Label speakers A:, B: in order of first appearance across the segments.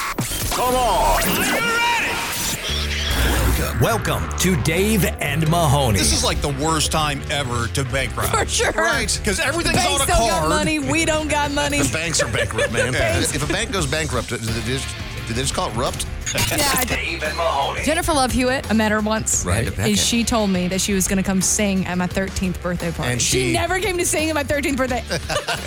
A: Come on.
B: Welcome to Dave and Mahoney.
C: This is like the worst time ever to bankrupt.
D: For sure.
C: Right. Because everything's
D: Banks
C: on a
D: don't
C: card.
D: got money. We don't got money.
E: The banks are bankrupt, man.
D: Banks.
E: If a bank goes bankrupt, did they just, did they just call it rupt?
D: yeah, I-
A: Dave and Mahoney.
D: Jennifer Love Hewitt, I met her once.
E: Right.
D: And she told me that she was going to come sing at my 13th birthday party.
B: And
D: she,
B: she-
D: never came to sing at my 13th birthday.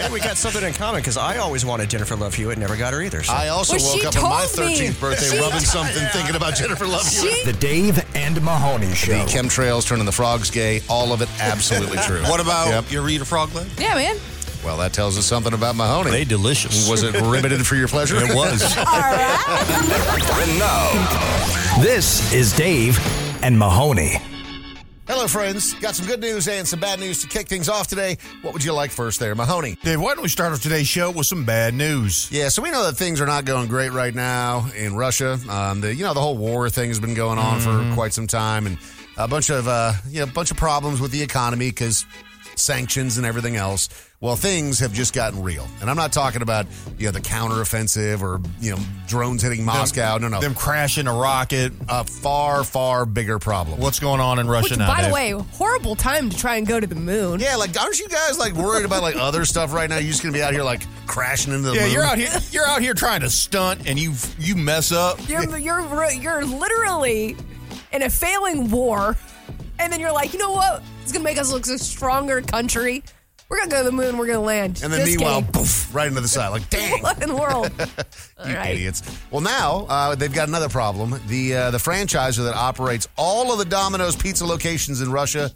B: and we got something in common because I always wanted Jennifer Love Hewitt, never got her either. So.
E: I also
D: Well, she
E: woke up on my
D: told me.
E: 13th birthday
D: She-
E: rubbing something, thinking about Jennifer Love Hewitt.
D: she,
B: the Dave and Mahoney
E: The
B: Show.
E: chemtrails turning the frogs gay, all of it absolutely true.
C: What about
E: Yep.
C: you read a frog leg?
D: yeah, man.
E: Well, that tells us something about Mahoney.
C: They delicious.
E: Was it riveted for your pleasure? It was.
D: All right.
A: And now,
B: This is Dave and Mahoney.
E: Hello, friends. Got some good news and some bad news to kick things off today. What would you like first there, Mahoney?
C: Dave, why don't we start off today's show with some bad news?
E: Yeah, so we know that things are not going great right now in Russia. Um, the you know the whole war thing has been going on
C: Mm-hmm.
E: for quite some time, and a bunch of uh, you know a bunch of problems with the economy because sanctions and everything else. Well, things have just gotten real, and I'm not talking about you know the counteroffensive or you know drones hitting Moscow. no, no,
C: Them crashing a rocket. uh,
E: a far far bigger problem.
C: What's going on in Russia
F: Which,
C: now?
F: by the
C: Dave?
F: way, horrible time to try and go to the moon.
E: yeah, like aren't you guys like worried about like other stuff right now? You're just gonna be out here like crashing into the
C: Yeah,
E: moon?
C: you're out here.
D: Mm-hmm.
C: You're out here trying to stunt, and you you mess up.
F: You're you're you're literally in a failing war, and then you're like, you know what? It's gonna make us look a stronger country. We're gonna go to the moon. We're gonna land.
E: And then
F: Just
E: meanwhile,
F: kidding.
E: poof, right into the side. Like, dang.
F: what in the world? All
E: You
F: right.
E: idiots. Well, now uh, they've got another problem. The uh, the franchisor that operates all of the Domino's pizza locations in Russia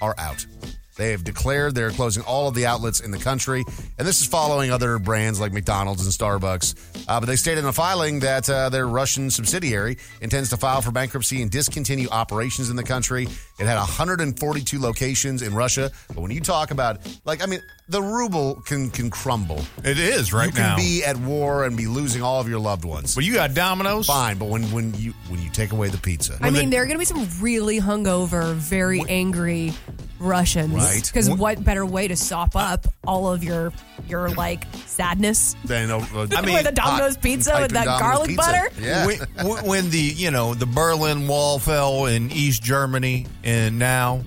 E: are out. They have declared they're closing all of the outlets in the country, and this is following other brands like McDonald's and Starbucks. Uh, but they stated in a filing that uh, their Russian subsidiary intends to file for bankruptcy and discontinue operations in the country. It had 142 locations in Russia, but when you talk about like, I mean, the ruble can can crumble
C: It is right
E: you can
C: now.
E: be at war and be losing all of your loved ones.
C: but you got Domino's.
E: Fine, but when when you when you take away the pizza,
F: I mean, there are going to be some really hungover, very angry Russians,
E: Right.
F: Because what better way to sop up all of your your like sadness?
E: then uh, uh,
C: I mean,
F: with a Domino's
E: hot-
F: pizza
E: piping
F: with that
E: Domino's
F: garlic
E: pizza.
F: butter.
E: Yeah.
C: When, when- when the you know the Berlin Wall fell in East Germany, and now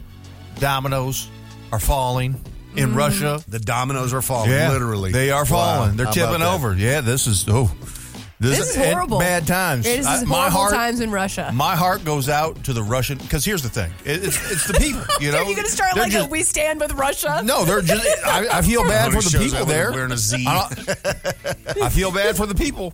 C: Domino's are falling in Russia.
E: the dominoes are falling. Mm. Oh, literally,
C: they are falling.
E: Wow,
C: They're
E: how
C: tipping
E: about that?
C: over. Yeah, this is oh, this,
F: This is
C: and
F: horrible.
C: Bad times.
F: This is
C: I-
F: horrible times in Russia.
C: My heart goes out to the Russian because here's the thing: It- it's, it's the people. You know,
F: Are you going to start
C: They're
F: like
C: just-
F: a "We Stand with Russia"?
C: No, they're just. I, I feel bad for the
E: Nobody shows
C: people
E: up
C: there.
E: Wearing a Z.
C: I, don't- I feel bad for the people.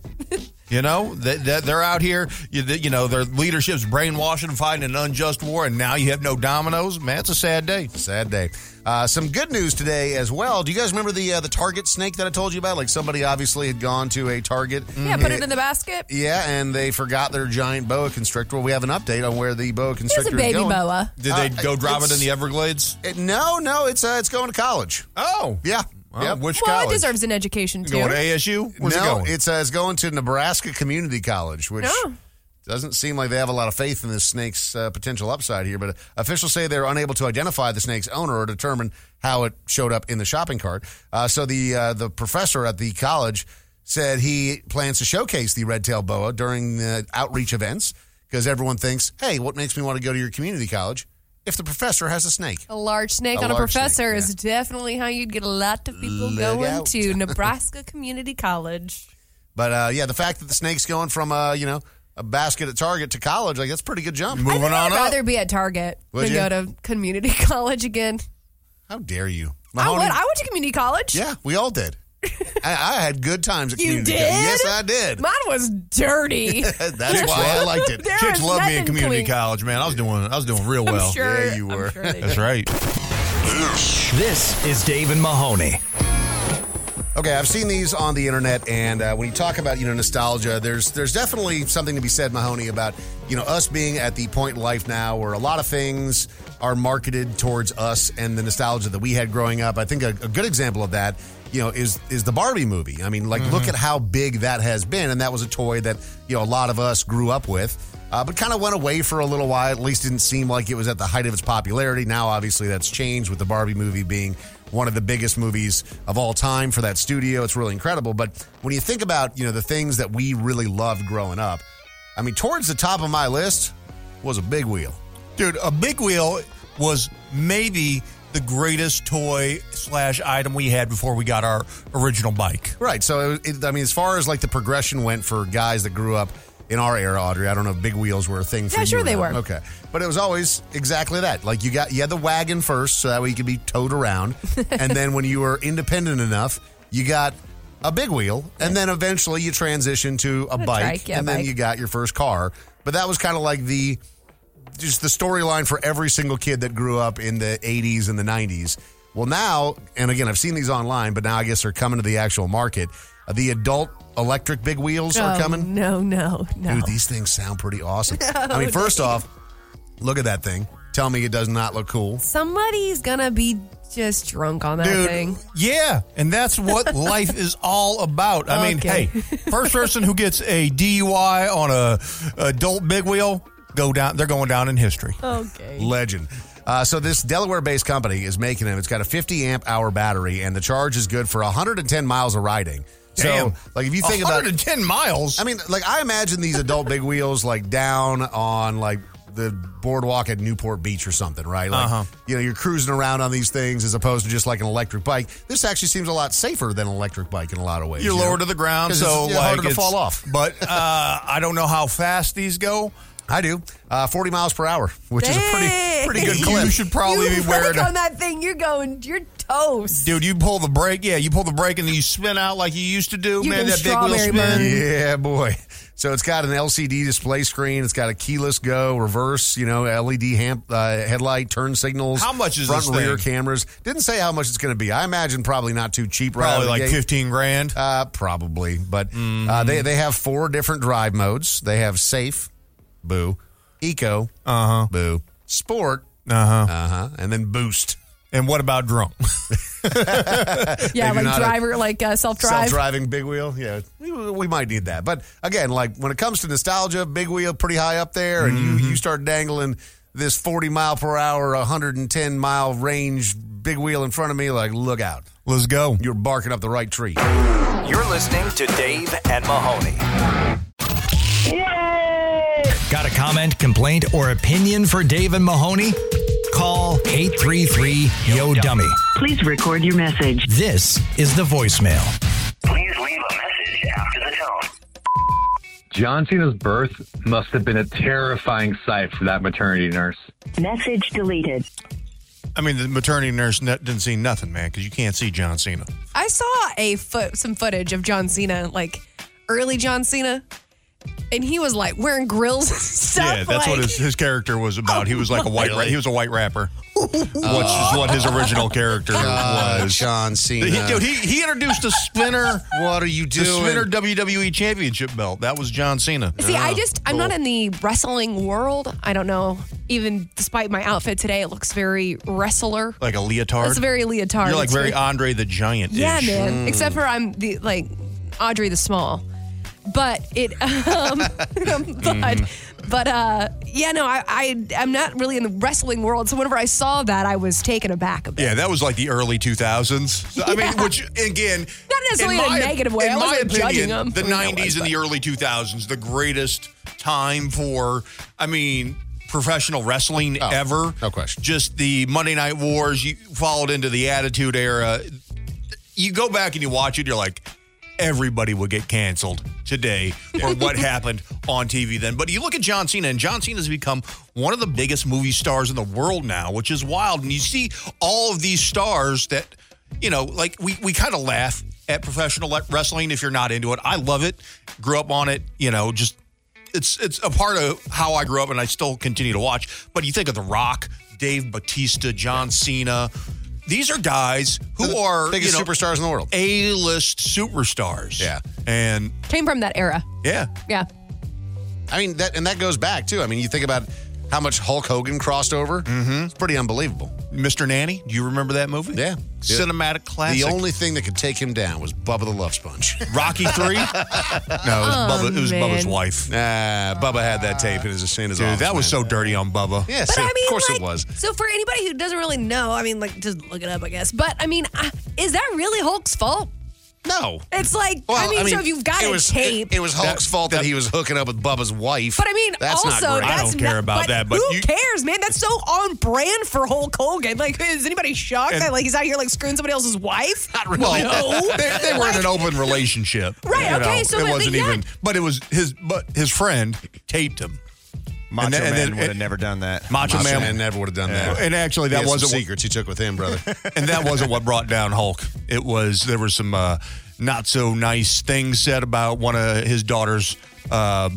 C: You know that that they're out here. You, that- you know their leadership's brainwashing, fighting an unjust war, and now you have no dominoes. Man, it's a sad day.
E: Sad day. Uh, some good news today as well. Do you guys remember the uh, the Target snake that I told you about? Like somebody obviously had gone to a Target.
F: Yeah, put it in the basket.
E: Yeah, and they forgot their giant boa constrictor. Well, we have an update on where the boa
F: Here's
E: constrictor
F: a baby
E: is going.
F: boa.
C: Did
E: Uh,
C: they go drive it in
E: it's-
C: the Everglades?
E: It- no, no, it's uh, it's going to college.
C: Oh,
E: Yeah,
C: Well,
E: Yep.
C: Which
F: Well, it
C: college?
F: deserves an education too.
C: Going to
E: eh?
C: ASU? Where's
E: no,
C: it going?
E: it's uh, it's going to Nebraska Community College, which
F: Oh.
E: doesn't seem like they have a lot of faith in this snake's uh, potential upside here. But officials say they're unable to identify the snake's owner or determine how it showed up in the shopping cart. Uh, so the uh, the professor at the college said he plans to showcase the red-tailed boa during the outreach events because everyone thinks, hey, what makes me want to go to your community college if the professor has a snake?
F: A large snake
E: A
F: on a
E: large snake,
F: professor
E: yeah.
F: is definitely how you'd get a lot of people
E: Look
F: going
E: out.
F: to Nebraska Community College.
E: But uh, yeah, the fact that the snake's going from uh, you know a basket at Target to college, like that's a pretty good jump.
C: Moving on
F: I'd
C: up.
F: rather be at Target
E: Would
F: than
E: you?
F: go to community college again.
E: How dare you?
F: I
E: Mahoney-
F: went. I went to community college.
E: Yeah, we all did. I, I had good times at
F: You
E: community.
F: did?
E: college. Yes, I did.
F: Mine was dirty.
E: That's why I liked it.
F: There
C: Chicks
F: is
C: love me
F: nothing
C: in community
F: clean.
C: college, man. I was doing, I was doing real
F: I'm
C: Oh, well.
F: sure.
E: you
F: I'm
E: were.
F: sure they
C: That's
F: do.
C: right.
B: This is Dave and Mahoney.
E: Okay, I've seen these on the internet, and uh, when you talk about you know nostalgia, there's there's definitely something to be said, Mahoney, about you know us being at the point in life now where a lot of things are marketed towards us and the nostalgia that we had growing up. I think a, a good example of that, you know, is is the Barbie movie. I mean, like look at how big that has been, and that was a toy that you know a lot of us grew up with. uh, but kind of went away for a little while. At least didn't seem like it was at the height of its popularity. Now, obviously, that's changed with the Barbie movie being one of the biggest movies of all time for that studio. It's really incredible. But when you think about, you know, the things that we really loved growing up, I mean, towards the top of my list was a big wheel.
C: Dude, a big wheel was maybe the greatest toy slash item we had before we got our original bike.
E: Right. So, it, it, I mean, as far as like the progression went for guys that grew up in our era, Audrey, I don't know if big wheels were a thing for
F: Yeah,
E: you.
F: sure
E: or
F: they
E: not.
F: were.
E: Okay. But it was always exactly that. Like you got, you had the wagon first, so that way you could be towed around. and then when you were independent enough, you got a big wheel. And then eventually you transitioned to a, bike.
F: trike, yeah,
E: and then
F: bike.
E: you got your first car. But that was kind of like the, just the storyline for every single kid that grew up in the 80s and the 90s. Well, now, and again, I've seen these online, but now I guess they're coming to the actual market. Uh, the adult electric big wheels are
F: Oh,
E: coming.
F: No, no, no.
E: Dude, these things sound pretty awesome. I mean, first off, look at that thing. Tell me it does not look cool.
F: Somebody's gonna be just drunk on that thing.
C: yeah, and that's what life is all about. I mean,
F: Okay.
C: hey, first person who gets a DUI on a adult big wheel, go down. They're going down in history.
F: Okay.
E: Legend. Uh, so this Delaware-based company is making them. It's got a 50 amp hour battery, and the charge is good for 110 miles of riding.
C: Damn.
E: So, like, if you think about
C: 110 miles.
E: I mean, like I imagine these adult big wheels like down on like the boardwalk at Newport Beach or something, right? Like
C: Uh-huh.
E: you know, you're cruising around on these things as opposed to just like an electric bike. This actually seems a lot safer than an electric bike in a lot of ways.
C: you're
E: you know?
C: lower to the ground,
E: 'Cause
C: so
E: it's, yeah,
C: like
E: harder to
C: it's-
E: fall off.
C: But uh, I don't know how fast these go.
E: I do. Uh, 40 miles per hour, which is a pretty
F: Dang.
E: pretty good
C: You
E: clip.
C: should probably
F: you
C: be wearing
F: look
C: a-
F: on that thing. You're going. You're toast.
C: Dude, you pull the brake. Yeah, you pull the brake and then you spin out like you used to do.
F: You
C: Man,
F: can
C: that big wheel
F: strawberry
C: spin.
F: burn.
E: Yeah, boy. So it's got an LCD display screen. It's got a keyless go, reverse, you know, LED ham- uh, headlight, turn signals.
C: How much is
E: front
C: this
E: rear
C: thing?
E: cameras? Didn't say how much it's going to be. I imagine probably not too cheap. right out
C: Probably
E: of the
C: like Mm-hmm.
E: gate.
C: 15 grand.
E: Uh, probably, but uh, they they have four different drive modes. They have safe, boo, eco,
C: Uh-huh.
E: uh huh, boo, sport, uh huh, uh huh, and then boost.
C: And what about drunk?
F: Yeah,
E: Maybe
F: like
E: not a-
F: driver, like uh, self drive.
E: Self-driving big wheel, yeah, we, we might need that. But again, like when it comes to nostalgia, big wheel pretty high up there, and you you start dangling this forty mile per hour, hundred and ten mile range big wheel in front of me, like look out,
C: Let's go.
E: you're barking up the right tree.
A: You're listening to Dave and Mahoney.
G: Got a comment, complaint, or opinion for Dave and Mahoney? Call 833 Yo Dummy.
H: Please record your message.
G: This is the voicemail.
A: Please leave a message after the tone.
I: John Cena's birth must have been a terrifying sight for that maternity nurse.
H: Message deleted.
C: I mean, the maternity nurse ne- didn't see nothing, man, because you can't see John Cena.
F: I saw a foot, some footage of John Cena, like early John Cena, and he was like wearing grills and stuff.
C: yeah, that's
F: like,
C: what his, his character was about. he was like a white ra- he was a white rapper, which is what his original character was.
E: Uh, John Cena,
C: He- dude, he, he introduced a spinner,
E: what are you
C: the
E: doing?
C: spinner WWE championship belt. That was John Cena.
F: See, I just, I'm not in the wrestling world. I don't know. Even despite my outfit today, it looks very wrestler.
C: like a leotard.
F: It's very leotard.
C: You're like
F: It's
C: very Mm. Andre the Giant.
F: Yeah, man. Except for I'm the like Audrey the small. But it um but
C: Mm.
F: but uh yeah, no, I, I I'm not really in the wrestling world, so whenever I saw that I was taken aback a bit.
C: Yeah, that was like the early 2000s. So, I mean,
F: Yeah.
C: which again,
F: Not necessarily in a negative way.
C: In
F: I
C: my
F: wasn't
C: opinion,
F: judging 'em.
C: the
F: I mean, I
C: 90s
F: was,
C: and the early 2000s, the greatest time for, I mean, professional wrestling ever.
E: Oh, no question.
C: Just the Monday Night Wars. You followed into the Attitude Era. You go back and you watch it. You're like, everybody would get canceled today or what happened on TV then. But you look at John Cena, and John Cena has become one of the biggest movie stars in the world now, which is wild. And you see all of these stars that, you know, like we, we kind of laugh at professional le- wrestling if you're not into it. I love it, grew up on it, you know, just. It's it's a part of how I grew up, and I still continue to watch. But you think of The Rock, Dave Batista, John Cena; these are guys who
E: The
C: are
E: biggest
C: you know,
E: superstars in the world.
C: a-list superstars.
E: Yeah.
C: And
F: Came from that era.
C: yeah.
F: Yeah.
E: I mean that, and that goes back too. I mean, you think about how much Hulk Hogan crossed over. Mm-hmm. It's pretty unbelievable.
C: Mr. Nanny, do you remember that movie?
E: Yeah.
C: Cinematic classic.
E: The only thing that could take him down was Bubba the Love Sponge.
C: Rocky 3? no, it was, Bubba, it was
F: Oh, man.
C: Bubba's wife.
E: nah, Uh, Bubba had that tape in his sin as
C: Dude,
E: office,
C: that was
E: man.
C: so dirty on Bubba.
E: Yes,
F: But I
E: of
F: mean,
E: course
F: like,
E: it was.
F: So for anybody who doesn't really know, I mean, like, just look it up, I guess. But I mean, I, is that really Hulk's fault?
E: No.
F: It's like, I, mean, so if you've got
E: it
F: a
E: was,
F: tape,
E: It, it was Hulk's fault that, he was hooking up with Bubba's wife.
F: but I mean,
E: that's
F: also,
E: not great.
F: that's
C: I don't care
F: not-
C: about that, but
F: who
C: you-
F: cares, man? That's so on brand for Hulk Hogan. Like, is anybody shocked
C: And-
F: that like he's out here like screwing somebody else's wife? Not
C: Well, they, they were in an open relationship.
F: Right,
C: you
F: okay,
C: know,
F: so
C: it
F: but- but
C: wasn't
F: yeah.
C: even. But it was his. But his friend taped him.
B: Macho
C: And then- and
B: Man
C: then-
B: would have never done that.
C: Macho,
E: Macho
C: Man,
E: Man never would've done that.
C: And actually, that
E: He had some
C: wasn't what-
E: secrets he took with him, brother.
C: and that wasn't what brought down Hulk. It was there were some uh, not so nice things said about one of his daughter's uh,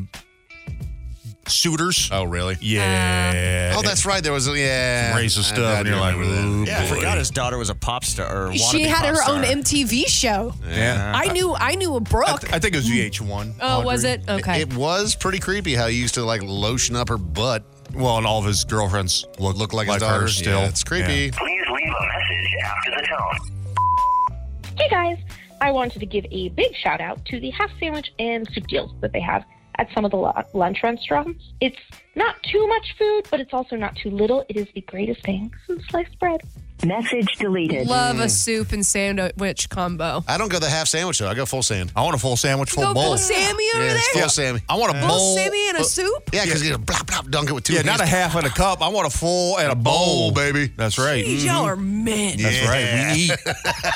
C: suitors.
E: oh, really?
C: yeah.
E: Oh, that's right. There was yeah
C: Racist
E: I-
C: stuff,
E: I
C: and you're
E: do
C: like,
E: remember that.
C: "Ooh,
B: Yeah, I
C: boy."
B: forgot his daughter was a pop star. Or
F: She
B: wannabe
F: had
B: pop
F: her
B: star.
F: own MTV show.
C: Yeah.
F: I knew, I knew a Brooke.
C: I think it was VH1.
F: oh, was
C: Audrey.
F: it? Okay.
E: It was pretty creepy how he used to like lotion up her butt.
C: Well, and all of his girlfriends look,
E: Look like,
C: like
E: his daughter.
C: her still.
E: Yeah, it's creepy.
A: Please leave a message after the tone.
J: Hey guys, I wanted to give a big shout out to the half sandwich and soup deals that they have at some of the lu- lunch restaurants. It's not too much food, but it's also not too little. It is the greatest thing since sliced bread.
H: Message deleted.
F: Love
E: Mm.
F: a soup and sandwich combo.
E: I don't go the half sandwich though. I go full sand.
C: I want a full sandwich, full
F: Go
C: bowl.
F: full Oh, Sammy over
E: yeah, it's
F: there.
E: full Sammy.
C: I want a
F: Full
C: bowl. Uh,
F: Sammy and a soup.
E: Yeah, because you blop blop dunk it with two.
C: yeah, not a
E: hands.
C: half and a cup. I want a full and a bowl,
E: bowl.
C: baby. That's right.
F: Jeez,
E: Mm-hmm.
F: Y'all are men.
C: That's right. We eat.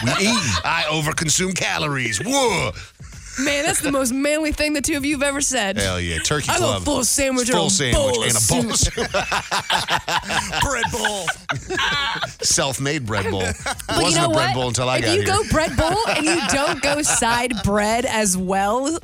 C: We eat.
E: I overconsume calories. Whoa.
F: Man, that's the most manly thing the two of you have ever said.
E: Hell yeah, turkey
F: I
E: club.
F: go full sandwich,
E: full
F: and a
E: sandwich
F: bowl of
E: and a bowl of
F: soup.
E: soup. bread bowl. Self-made bread bowl.
F: But
E: Wasn't
F: you know
E: a bread
F: what?
E: bowl until I
F: if
E: got
F: you
E: here.
F: go bread bowl and you don't go side bread as well,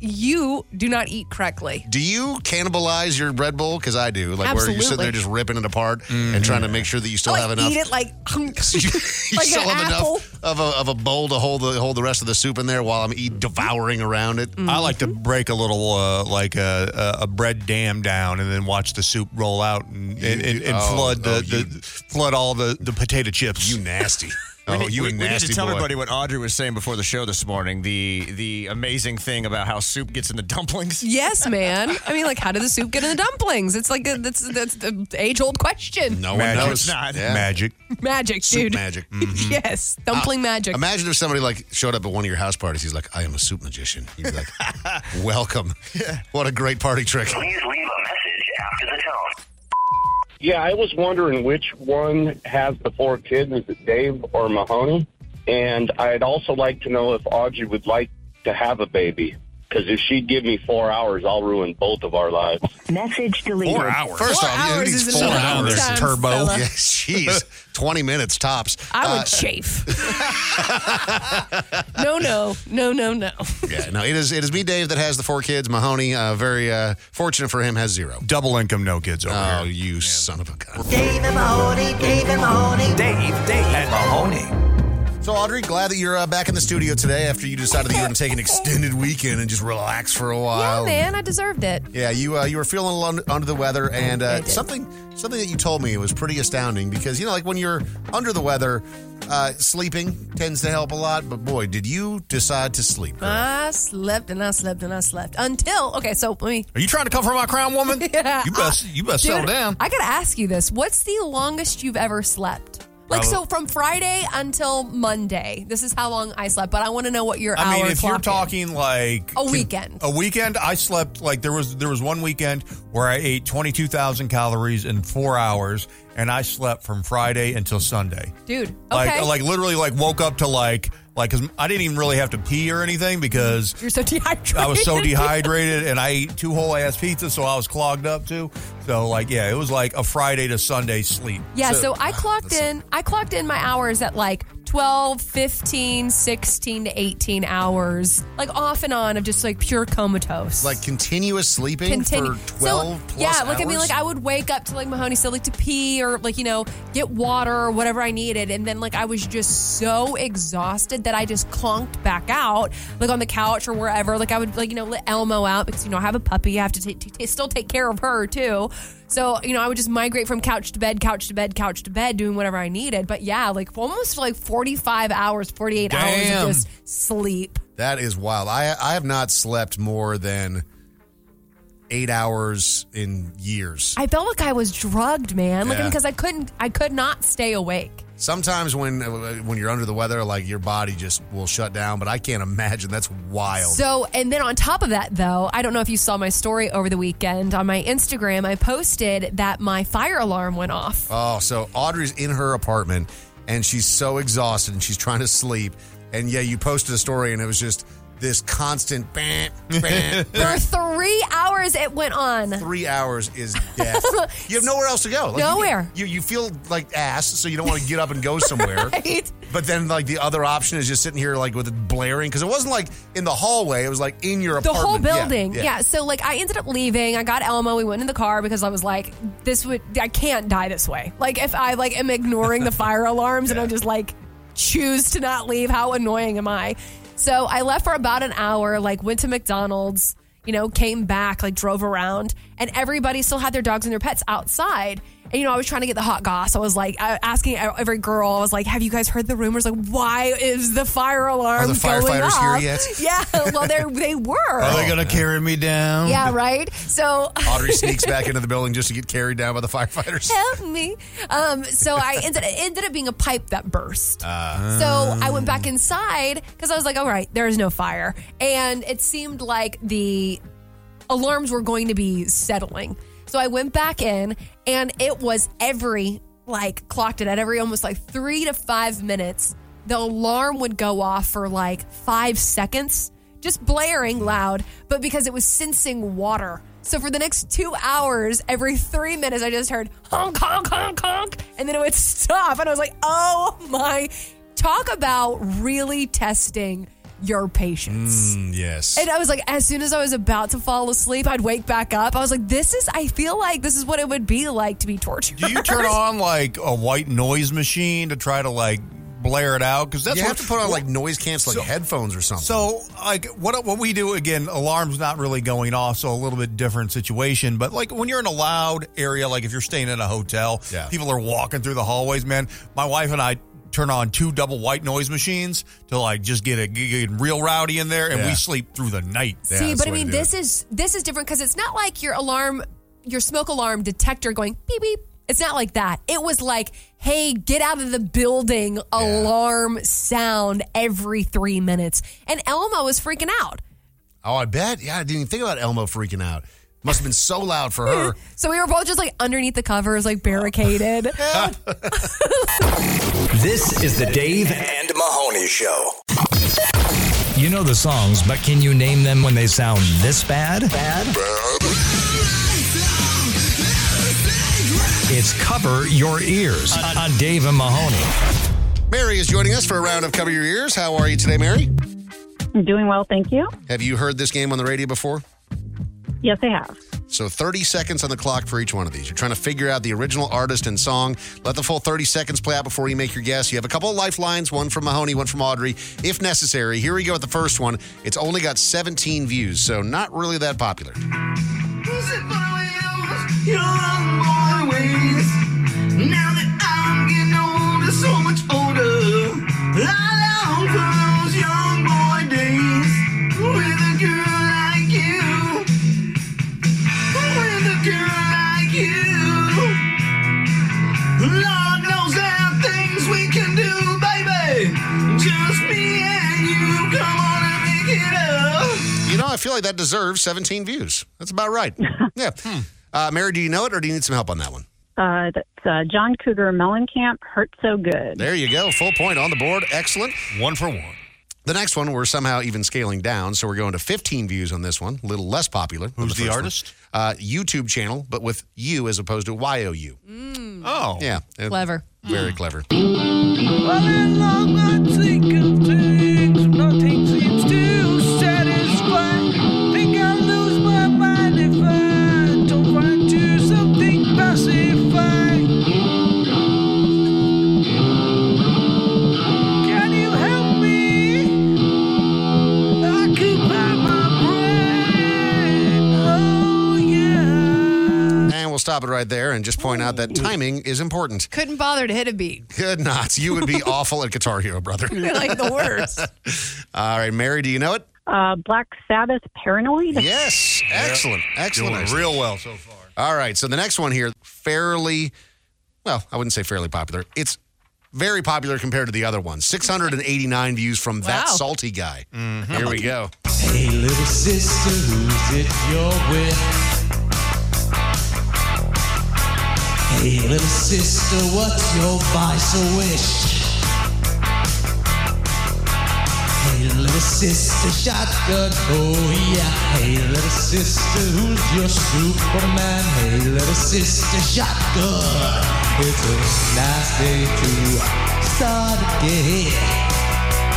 F: you do not eat correctly.
E: do you cannibalize your bread bowl? Because I do. Like where you're sitting
F: Absolutely. Mm-hmm. Oh,
E: there just ripping it apart and trying to make sure that you still
F: I
E: have
F: like
E: enough.
F: eat it like
E: you
F: like
E: still
F: an
E: have
F: apple.
E: enough of a, of a bowl to hold the hold the rest of the soup in there while I'm eat, devouring around it.
F: Mm.
C: I like to break a little, uh, like uh, uh, a bread dam down, and then watch the soup roll out and, and, and, and
E: oh,
C: flood the,
E: oh, you-
C: the flood all the, the potato chips.
E: You nasty.
B: We
E: Oh,
B: need-
E: you
B: we,
E: a
B: we need
E: nasty
B: to tell
E: boy.
B: everybody what Audrey was saying before the show this morning. The the amazing thing about how soup gets in the dumplings.
F: Yes, man. I mean, like, how did the soup get in the dumplings? It's like a, that's that's the age old question.
E: No
C: Magic.
E: one
B: It's
E: knows.
B: not.
E: Yeah.
C: Magic.
F: Magic,
E: Soup
F: dude.
E: magic. Mm-hmm. Ah,
F: yes, dumpling magic.
E: Imagine if somebody like showed up at one of your house parties. He's like, "I am a soup magician." You'd be like, "Welcome! What a great party trick!"
A: Please leave a message after the tone.
K: Yeah, I was wondering which one has the four kids. Is it Dave or Mahoney? And I'd also like to know if Audrey would like to have a baby. Because if she'd give me four hours, I'll ruin both of our lives.
H: Message deleted.
E: First
F: Four
E: off, yeah, who
F: hours
E: needs
F: is
E: four
F: enough
E: hours.
F: time,
E: turbo.
F: fella.
E: Yeah, jeez, twenty minutes tops. Uh,
F: I would chafe. no, no, no, no, no.
E: Yeah, no, it is. It is me, Dave, that has the four kids. Mahoney, uh, very uh, fortunate for him, has zero.
C: Double income, no kids over
E: Oh,
C: here.
E: you son of a gun!
A: Dave, Dave, and Mahoney.
E: So, Audrey, glad that you're uh, back in the studio today after you decided that you were going to take an extended weekend and just relax for a
F: Yeah,
E: while.
F: man, I deserved it.
E: Yeah, you uh, you were feeling a little under- under the weather, and uh, something something that you told me was pretty astounding because you know, like when you're under the weather, uh, sleeping tends to help a lot. But boy, did you decide to sleep? girl.
F: I slept and I slept and I slept until okay. So let me.
C: Are you trying to come for my crown, woman? You best, you best settle
F: Dude,
C: down.
F: I gotta ask you this: What's the longest you've ever slept? Like so, from Friday until Monday. This is how long I slept. But I want to know what your
C: I
F: hour
C: mean, if you're
F: clock is.
C: talking Oh, like
F: A weekend.
C: a weekend, I slept like there was there was one weekend where I ate twenty two thousand calories in four hours, and I slept from Friday until Sunday.
F: dude. Okay.
C: Like, like literally, like woke up to like, like, cause I didn't even really have to pee or anything because
F: you're so dehydrated.
C: I was so dehydrated and I ate two whole ass pizzas, so I was clogged up too. So like, yeah, it was like a Friday to Sunday sleep.
F: Yeah, so, I clocked in I clocked in my hours at like 12, 15, 16 to 18 hours. Like off and on of just like pure comatose.
E: Like continuous sleeping
F: Continue-
E: for twelve
F: so,
E: plus
F: Yeah, like I mean
E: hours?
F: like I would wake up to like Mahoney said like to pee or like you know, get water or whatever I needed and then like I was just so exhausted that I just conked back out like on the couch or wherever. Like I would like you know let Elmo out because you know I have a puppy. I have to ta- ta- ta- still take care of her too. So, you know, I would just migrate from couch to bed, couch to bed, couch to bed, doing whatever I needed. But yeah, like almost like 45 hours, 48 hours
E: Damn.
F: of just sleep.
E: That is wild. I I have not slept more than eight hours in years.
F: I felt like I was drugged, man. Like
E: Yeah.
F: because I couldn't I could not stay awake.
E: Sometimes when uh, when you're under the weather, like your body just will shut down. But I can't imagine. That's wild.
F: So, and then on top of that, though, I don't know if you saw my story over the weekend on my Instagram. I posted that my fire alarm went off.
E: Oh, so Audrey's in her apartment and she's so exhausted and she's trying to sleep. And yeah, you posted a story and it was just this constant bam, bam,
F: For three hours, it went on.
E: Three hours is death. You have nowhere else to go. Like, you-
F: Nowhere.
E: You, you feel like ass, so you don't want to get up and go somewhere.
F: Right?
E: But then, like the other option is just sitting here, like with it blaring, because it wasn't like in the hallway; it was like in your
F: the whole
E: apartment.
F: building. Yeah, So like I ended up leaving. I got Elmo. We went in the car because I was like, this would I can't die this way. Like if I like am ignoring the fire alarms and I just like choose to not leave, how annoying am I? So I left for about an hour, like went to McDonald's, you know, came back, like drove around, and everybody still had their dogs and their pets outside. And you know, I was trying to get the hot goss. I was like I- asking every girl. I was like, "Have you guys heard the rumors? Like, why is the fire alarm
C: the
F: going
C: firefighters
F: off?
C: here yet?
F: Yeah, well, they they were.
C: Are they gonna
E: carry me down?
F: Yeah, right. So
E: Audrey sneaks back into the building just to get carried down by the firefighters.
F: Help me. Um, so I ended it ended up being a pipe that burst.
E: Uh,
F: so I went back inside because I was like, all right, there is no fire, and it seemed like the alarms were going to be settling. So I went back in, and it was every like clocked it at every almost like three to five minutes. The alarm would go off for like five seconds, just blaring loud, but because it was sensing water. So for the next two hours, every three minutes, I just heard honk, honk, honk, honk, and then it would stop. And I was like, oh my, talk about really testing your patience.
E: Mm, yes.
F: And I was like, as soon as I was about to fall asleep, I'd wake back up. I was like, this is, I feel like this is what it would be like to be tortured.
C: Do you turn on like a white noise machine to try to like blare it out? Because that's
E: You
C: what
E: have to put on, like, noise canceling headphones or something.
C: So like what what we do again, alarm's not really going off, so a little bit different situation. But like when you're in a loud area, like if you're staying in a hotel,
E: Yeah.
C: people are walking through the hallways. Man, my wife and I turn on two double white noise machines to like just get a get real rowdy in there, and
E: Yeah.
C: we sleep through the night.
F: See, but I mean, this is this is different because it's not like your alarm, your smoke alarm detector going beep beep. It's not like that. It was like, hey, get out of the building alarm sound every three minutes. And Elmo was freaking out.
E: oh, I bet. Yeah, I didn't even think about Elmo freaking out. Must have been so loud for her.
F: So we were both just like underneath the covers, like barricaded.
G: This is the Dave and Mahoney Show. You know the songs, but can you name them when they sound this bad? Bad. It's Cover Your Ears on, on Dave and Mahoney.
E: Mary is joining us for a round of Cover Your Ears. How are you today, Mary?
L: I'm doing well, thank you.
E: Have you heard this game on the radio before?
L: Yes, I have.
E: So 30 seconds on the clock for each one of these. You're trying to figure out the original artist and song. Let the full 30 seconds play out before you make your guess. You have a couple of lifelines, one from Mahoney, one from Audrey, if necessary. Here we go with the first one. It's only got 17 views, so not really that popular.
A: You're on my ways. Now that I'm getting older, so much older. I long for those young boy days with a girl like you. With a girl like you. Lord knows there are things we can do, baby. Just me and you. Come on and make it up.
E: You know, I feel like that deserves 17 views. That's about right. yeah. Uh, Mary, do you know it or do you need some help on that one?
L: Uh, that's uh, John Cougar Mellencamp, Hurt So Good.
E: There you go. Full point on the board. Excellent. One for one. The next one, we're somehow even scaling down, so we're going to 15 views on this one. A little less popular. than
C: Who's the
E: first one.
C: artist?
E: Uh, YouTube channel, but with you as opposed to Y-O-U.
C: Oh.
E: Yeah. Uh,
F: Clever.
E: Very clever.
A: Well, and long I think of things, nothing seems to satisfy. Think I'll lose my mind if I don't find you something pacifying. Can you help me? Occupy my brain. Oh, yeah.
E: And we'll stop it right there and just point out that timing is important.
D: Couldn't bother to hit a beat.
E: Could not. You would be awful at Guitar Hero, brother.
D: Like the worst.
E: All right, Mary, do you know it?
L: Uh, Black Sabbath Paranoid.
E: Yes. Excellent. Excellent.
C: Doing real well so far.
E: All right. So the next one here, fairly, well, I wouldn't say fairly popular. It's very popular compared to the other one. 689 views from that
A: Wow.
E: salty guy. Mm-hmm. Here we go.
A: Hey, little sister, who's it you're with? Hey, little sister, what's your vice or wish? Hey, little sister, shotgun, oh yeah. Hey, little sister, who's your Superman? Hey, little sister, shotgun. It's a nice day to start again.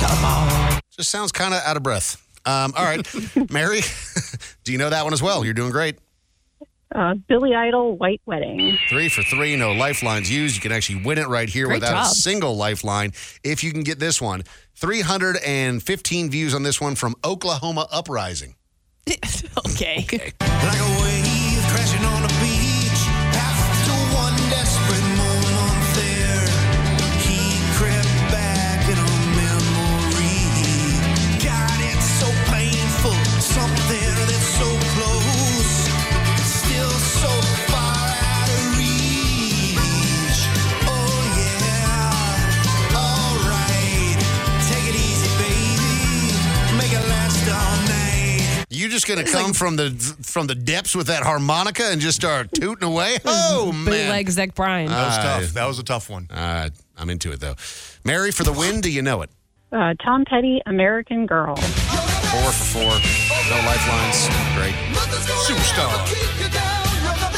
A: Come on.
E: Just sounds kind of out of breath. Um, all right. Mary, do you know that one as well? You're doing great.
L: Uh, Billy Idol White Wedding.
E: Three for three, no lifelines used. You can actually win it right here
L: Great
E: without a
L: job.
E: single lifeline if you can get this one. 315 views on this one from Oklahoma Uprising.
D: okay.
A: Like a wave crashing on a beach after one desperate moment there, he crept back in a memory. God, it's so painful, something that's so close, still so far out of reach. Oh yeah, alright, take it easy, baby, make it last all night.
E: You just gonna come from the from the depths with that harmonica and just start tooting away? Oh man,
D: Bootleg Zach Bryan.
E: That was tough.
C: That was a tough one.
E: uh, I'm into it though. Mary for the win. Do you know it?
L: Uh, Tom Petty American Girl.
E: Four for four, no lifelines. Great, superstar.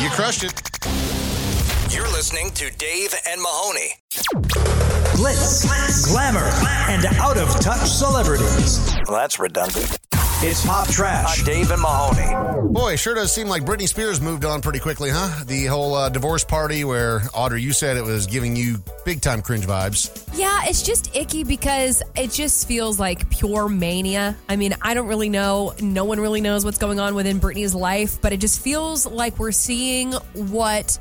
E: You crushed it.
G: You're listening to Dave and Mahoney.
M: Blitz, glamour, and out of touch celebrities.
G: Well, that's redundant.
M: It's pop trash.
G: Dave and Mahoney.
E: Boy, sure does seem like Britney Spears moved on pretty quickly, huh? The whole uh, divorce party where Audrey, you said it was giving you big time cringe vibes.
F: Yeah, it's just icky because it just feels like pure mania. I mean, I don't really know. No one really knows what's going on within Britney's life, but it just feels like we're seeing what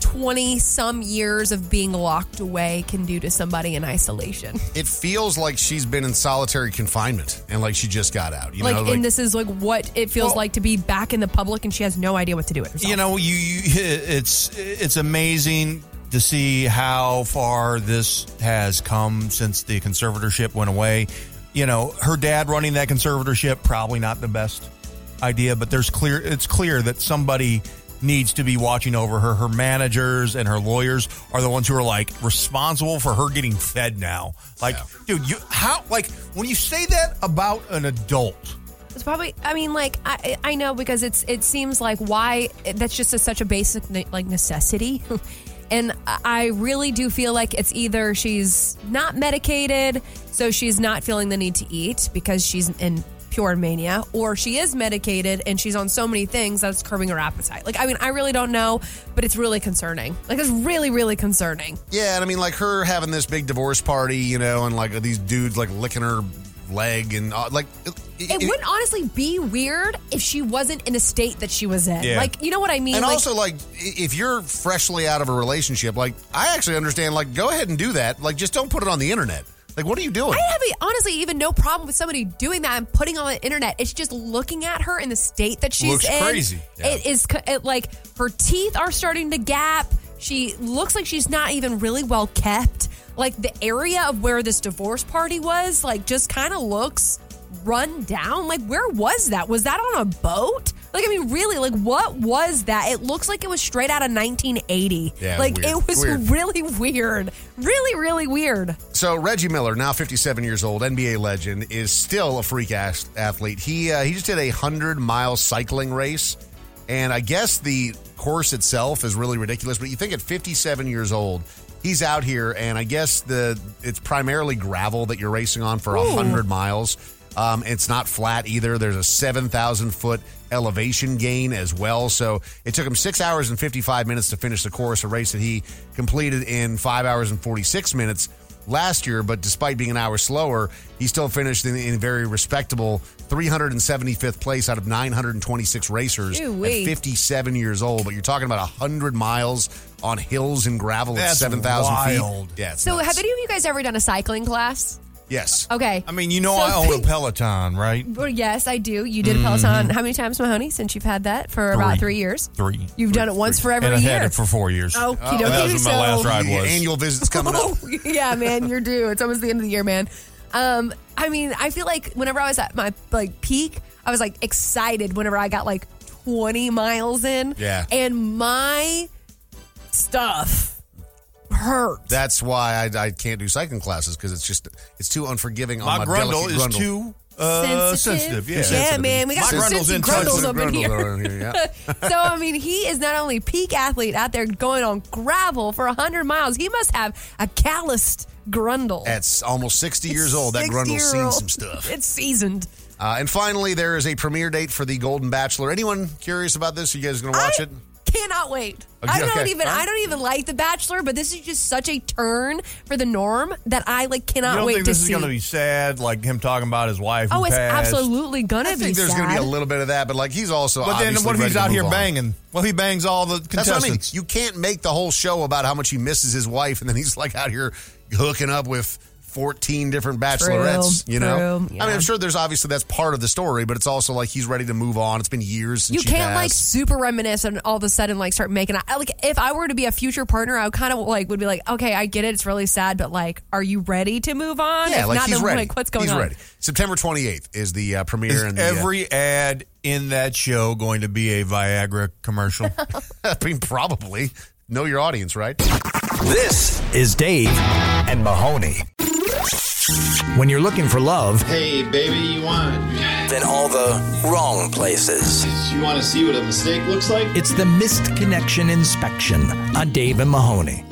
F: 20 some years of being locked away can do to somebody in isolation.
E: It feels like she's been in solitary confinement and like she just got out. You
F: like,
E: know,
F: and this is like what it feels like to be back in the public and she has no idea what to do with herself.
C: You know, you, you it's it's amazing to see how far this has come since the conservatorship went away. You know, her dad running that conservatorship probably not the best idea, but there's clear it's clear that somebody needs to be watching over her. Her managers and her lawyers are the ones who are like responsible for her getting fed now. Like, dude, you how like when you say that about an adult,
F: It's probably. I mean, like I, I know because it's. It seems like why that's just a, such a basic ne- like necessity, and I- I really do feel like it's either she's not medicated, so she's not feeling the need to eat because she's in pure mania, or she is medicated and she's on so many things that's curbing her appetite. Like I mean, I really don't know, but it's really concerning. Like it's really, really concerning.
E: Yeah, and I mean, like her having this big divorce party, you know, and like these dudes like licking her leg and uh, like.
F: It, wouldn't honestly be weird if she wasn't in the state that she was in.
E: Yeah.
F: Like you know what I mean?
E: And also, like, i- if you're freshly out of a relationship, like, I actually understand, like, go ahead and do that. Like, just don't put it on the internet. Like, what are you doing?
F: I have a, honestly even no problem with somebody doing that and putting on the internet. It's just looking at her in the state that she's
E: Looks
F: in.
E: crazy.
F: It is co- it, like her teeth are starting to gap. She looks like she's not even really well kept. Like the area of where this divorce party was, like just kind of looks run down. Like where was that? Was that on a boat? Like I mean, really? Like what was that? It looks like it was straight out of 1980.
E: Yeah,
F: like
E: weird.
F: it was
E: Weird.
F: really weird, really, really weird.
E: So Reggie Miller, now 57 years old, NBA legend, is still a freak ass athlete. He uh, he just did a hundred mile cycling race, and I guess the course itself is really ridiculous. But you think at 57 years old, he's out here, and I guess the it's primarily gravel that you're racing on for a
N: Ooh.
E: hundred miles. Um, it's not flat either. There's a 7,000 foot elevation gain as well. So it took him six hours and 55 minutes to finish the course, a race that he completed in five hours and 46 minutes. last year, but despite being an hour slower, he still finished in, in very respectable 375th place out of 926 racers at
F: Ooh-wee.
E: 57 years old. But you're talking about 100 miles on hills and gravel
C: That's
E: at 7,000 feet.
C: wild.
E: Yeah, it's
F: So,
E: nuts.
F: have any of you guys ever done a cycling class?
E: Yes.
F: Okay.
C: I mean, you know,
F: So
C: I own a
F: think-
C: Peloton, right?
F: Well, yes, I do. You did a Peloton. How many times, Mahoney, since you've had that for about three years?
C: Three.
F: You've done it once for every
C: and I
F: year.
C: had it for four years.
F: Okie
C: Oh,
F: dokie,
C: that was when my last
F: so-
C: ride
E: The
C: was.
E: annual visits coming up.
F: Oh, yeah, man, you're due. It's almost the end of the year, man. Um, I mean, I feel like whenever I was at my like peak, I was like excited whenever I got like 20 miles in.
E: Yeah.
F: And my stuff hurt.
E: That's why I, I can't do cycling classes because it's just it's too unforgiving on
C: My
E: my
C: grundle
E: delicate
C: is
E: grundle.
C: too uh, sensitive. Yeah,
F: Yeah, man, we got some sensitive grundles up in
E: Grundle
F: here.
E: around yeah.
F: so I mean, he is not only peak athlete out there going on gravel for 100 miles. He must have a calloused grundle.
E: At s- almost 60 years old, that grundle's seen
F: 60-year-old.
E: some stuff.
F: It's seasoned.
E: Uh, and finally, there is a premiere date for The Golden Bachelor. Anyone curious about this? You guys going to watch it?
F: Cannot wait.
E: Okay,
F: I don't
E: okay.
F: even. I don't even like The Bachelor, but this is just such a turn for the norm that I like cannot
C: you don't
F: wait
C: think
F: to
C: this
F: see.
C: is going to be sad, like him talking about his wife?
F: oh,
C: who
F: it's
C: passed?
F: absolutely gonna
E: I
F: be.
E: think there's
F: sad.
E: going to be a little bit of that, but like he's also.
C: But then
E: obviously
C: what if
E: ready
C: he's
E: to
C: out
E: move
C: here
E: on.
C: banging? Well, he bangs all the
E: That's what I mean.
C: contestants.
E: You can't make the whole show about how much he misses his wife, and then he's like out here hooking up with 14 different bachelorettes. you know,
F: true,
E: I mean,
F: yeah.
E: I'm sure there's obviously that's part of the story, but it's also like he's ready to move on. It's been years since
F: You
E: she
F: can't like
E: passed.
F: super reminisce and all of a sudden like start making I- like if I were to be a future partner, I kind of like would be like, okay, I get it, it's really sad, but like, are you ready to move on?
E: Yeah,
F: If
E: like
F: not,
E: he's
F: then,
E: ready.
F: Like, what's going
E: he's
F: on?
E: ready. September 28th is the uh, premiere.
C: Is
E: and the, uh,
C: every ad in that show going to be a Viagra commercial?
E: I mean, probably know your audience, right?
G: Uh, This is Dave and Mahoney. When you're looking for love,
N: Hey, baby, you want
G: then all the wrong places.
N: you want to see what a mistake looks like?
G: It's the missed connection inspection on Dave and Mahoney.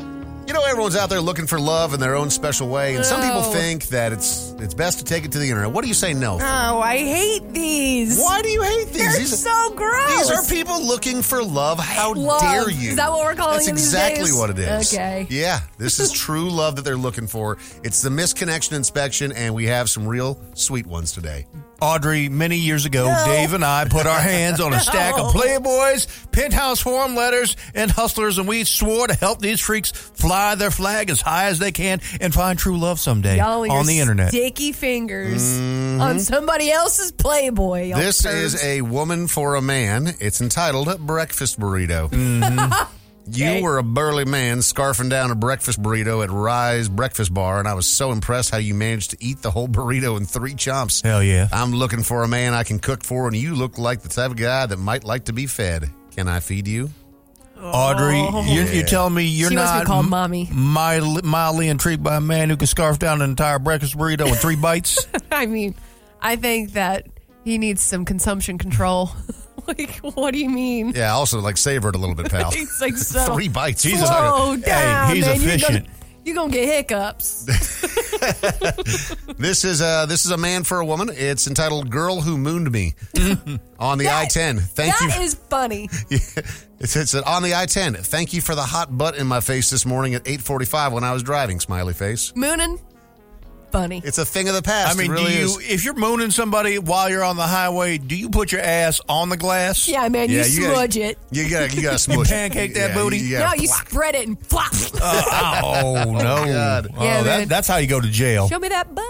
E: You know, everyone's out there looking for love in their own special way, and some people
F: No.
E: think that it's it's best to take it to the internet. What do you say, no?
F: Oh, I hate these.
E: Why do you hate these?
F: They're
E: These are-
F: so gross.
E: These are people looking for love. How
F: Love.
E: dare you?
F: Is that what we're calling
E: That's
F: them these
E: exactly
F: days?
E: what it is.
F: Okay.
E: Yeah, this is true love that they're looking for. It's the misconnection inspection, and we have some real sweet ones today.
C: Audrey, many years ago, Dave and I put our hands on a stack of Playboys, Penthouse Forum letters, and Hustlers, and we swore to help these freaks fly their flag as high as they can and find true love someday
F: Y'all and
C: on
F: your
C: the internet.
F: Sticky fingers on somebody else's Playboy. y'all
E: Mm-hmm. This
F: turds.
E: is a woman for a man. It's entitled Breakfast Burrito.
F: Mm-hmm.
E: You were a burly man scarfing down a breakfast burrito at Rise Breakfast Bar, and I was so impressed how you managed to eat the whole burrito in three chomps.
C: Hell yeah.
E: I'm looking for a man I can cook for, and you look like the type of guy that might like to be fed. Can I feed you?
C: Audrey,
E: Oh,
C: you're, you're telling me you're
F: She wants me to
C: not
F: call
C: m-
F: mommy.
C: mildly, mildly intrigued by a man who can scarf down an entire breakfast burrito in three bites?
F: I mean, I think that he needs some consumption control. like, what do you mean?
E: Yeah, also, like, savor it a little bit, pal.
F: He's like so
E: Three bites.
C: Jesus.
F: slow
C: Hey,
F: down.
C: he's
F: man.
C: efficient.
F: You're gonna, you're gonna get hiccups.
E: This is uh this is a man for a woman. It's entitled "Girl Who Mooned Me" on the I-10. Thank you.
F: That is funny.
E: It says that on the I-10. Thank you for the hot butt in my face this morning at 8:45 when I was driving. Smiley face.
F: Moonin, funny.
E: It's a thing of the past.
C: I mean,
E: it really
C: do you
E: is.
C: if you're mooning somebody while you're on the highway, do you put your ass on the glass?
F: Yeah, man, you
E: Yeah, you gotta-
F: smudge it.
E: You got you got smush. it.
C: pancake that
E: Yeah,
C: booty?
E: You,
F: No,
E: gotta Uh.
F: you spread it and flop.
C: oh, no!
E: God.
C: Oh,
F: Yeah, man.
C: that, that's how you go to jail.
F: Show me that bud.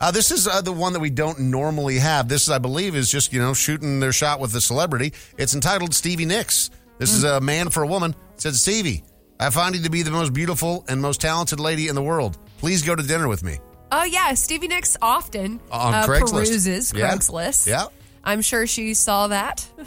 E: Uh, this is uh, the one that we don't normally have. This, I believe, is just you know shooting their shot with the celebrity. It's entitled Stevie Nicks. This is
F: Hmm.
E: a man for a woman. It said Stevie, I find you to be the most beautiful and most talented lady in the world. Please go to dinner with me.
F: Oh yeah, Stevie Nicks often
E: On
F: uh,
E: Craigslist.
F: peruses
E: Yeah.
F: Craigslist.
E: Yeah.
F: I'm sure she saw that.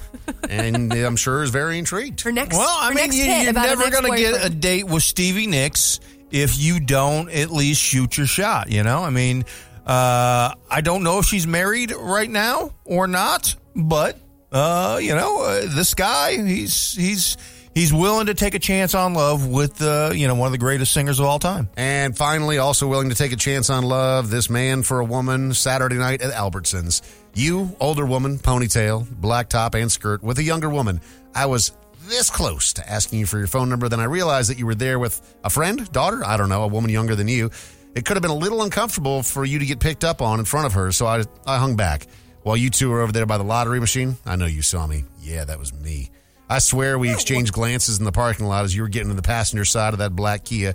E: And I'm sure is very intrigued.
F: Her next,
C: Well, I
F: her
C: mean,
F: next
C: you,
F: hit
C: you're
F: about
C: never
F: going to
C: get a date with Stevie Nicks if you don't at least shoot your shot. You know, I mean, uh, I don't know if she's married right now or not, but uh, you know, uh, this guy, he's he's he's willing to take a chance on love with uh, you know one of the greatest singers of all time.
E: And finally, also willing to take a chance on love, this man for a woman, Saturday night at Albertsons. You, older woman, ponytail, black top, and skirt, with a younger woman. I was this close to asking you for your phone number, then I realized that you were there with a friend, daughter, I don't know, a woman younger than you. It could have been a little uncomfortable for you to get picked up on in front of her, so I, I hung back. While you two were over there by the lottery machine, I know you saw me. Yeah, that was me. I swear we exchanged glances in the parking lot as you were getting to the passenger side of that black Kia.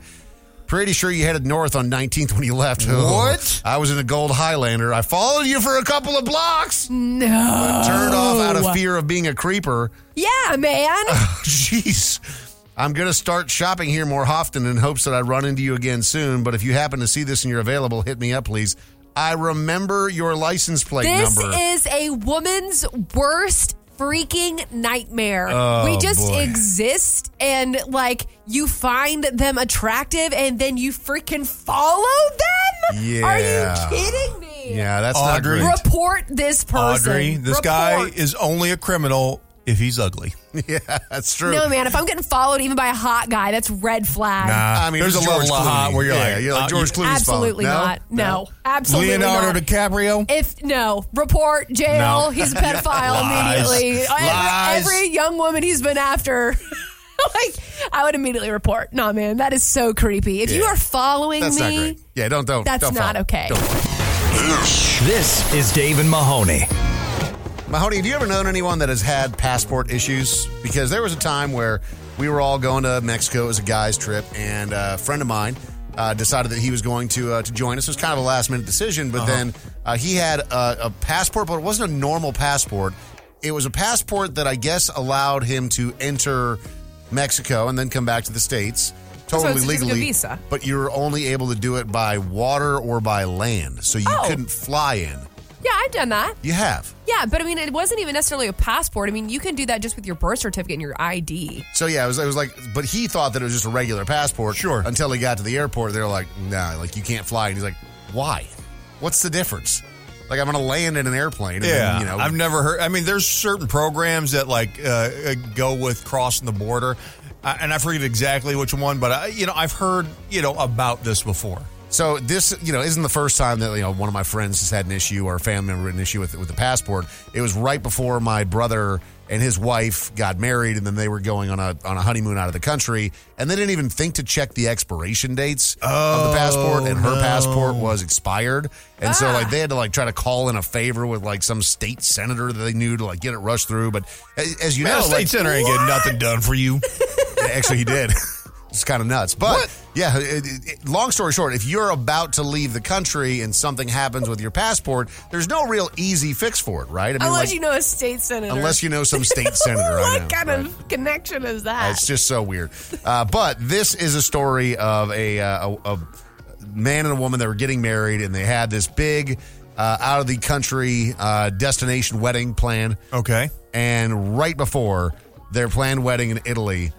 E: Pretty sure you headed north on 19th when you left.
C: What?
E: I was in a gold Highlander. I followed you for a couple of blocks.
F: No.
E: Turned off out of fear of being a creeper.
F: Yeah, man.
E: Jeez. I'm going to start shopping here more often in hopes that I run into you again soon. But if you happen to see this and you're available, hit me up, please. I remember your license plate
F: this
E: number.
F: is a woman's worst freaking nightmare.
E: Oh,
F: we just
E: boy.
F: exist and like you find them attractive and then you freaking follow them? Are
C: Yeah.
F: you kidding me?
E: yeah, that's
C: Audrey.
E: not great.
F: Report this person.
C: Audrey, this
F: Report.
C: guy is only a criminal if he's ugly.
E: Yeah, that's true.
F: No, man, if I'm getting followed even by a hot guy, that's red flag.
C: Nah,
E: I mean,
C: Uh, there's a
E: it's
C: level
E: George
C: of hot
E: Clooney.
C: where you're
E: Yeah,
C: like,
E: you're like
C: uh,
E: George
C: you-
E: Clooney's fault.
F: Absolutely
E: No?
F: not. No, absolutely
C: Leonardo
F: not.
C: DiCaprio.
F: If no, report jail.
C: No.
F: He's a pedophile
C: Lies.
F: immediately.
C: Lies.
F: Every, every young woman he's been after, like I would immediately report. Nah, man, that is so creepy. If you
E: Yeah.
F: are following
E: That's
F: me,
E: not great. Yeah, don't don't.
F: that's
E: don't
F: not
E: follow.
F: okay.
G: This is Dave and Mahoney.
E: Mahoney, have you ever known anyone that has had passport issues? Because there was a time where we were all going to Mexico as a guy's trip, and a friend of mine uh, decided that he was going to uh, to join us. It was kind of a last minute decision,
D: Uh-huh.
E: but then uh, he had a, a passport, but it wasn't a normal passport. It was a passport that I guess allowed him to enter Mexico and then come back to the states. Totally
D: it's just like a
E: legally,
D: visa.
E: but you were only able to do it by water or by land, so you
F: Oh.
E: couldn't fly in.
F: Yeah, I've done that.
E: You have.
F: Yeah, but I mean, it wasn't even necessarily a passport. I mean, you can do that just with your birth certificate and your ID.
E: So yeah, it was, it was like, but he thought that it was just a regular passport. Sure. Until he got to the airport, they're like, nah, like you can't fly. And he's like, why? What's the difference? Like I'm gonna land in an airplane. And
C: Yeah,
E: Then, you know,
C: I've never heard. I mean, there's certain programs that like uh, uh, go with crossing the border, I, and I forget exactly which one, but I, you know, I've heard you know about this before.
E: So this, you know, isn't the first time that you know one of my friends has had an issue or a family member had an issue with with the passport. It was right before my brother and his wife got married, and then they were going on a on a honeymoon out of the country, and they didn't even think to check the expiration dates of
C: Oh,
E: the passport, and her passport was expired, and so like they had to like try to call in a favor with like some state senator that they knew to like get it rushed through. But as, as you
C: Man,
E: know,
C: the state
E: like,
C: senator ain't getting nothing done for you.
E: Actually, he did. It's kind of nuts. But yeah, it, it- it- long story short, if you're about to leave the country and something happens with your passport, there's no real easy fix for it, right? I
F: unless
E: like,
F: you know a state senator.
E: unless you know some state senator. I
F: what
E: know,
F: kind
E: right?
F: of connection is
E: Uh,
F: that?
E: It's just so weird. Uh, but this is a story of a, uh, a, a man and a woman that were getting married, and they had this big uh, out of the country uh, destination wedding plan.
F: Oh,
C: Okay.
E: And right before their planned wedding in Italy,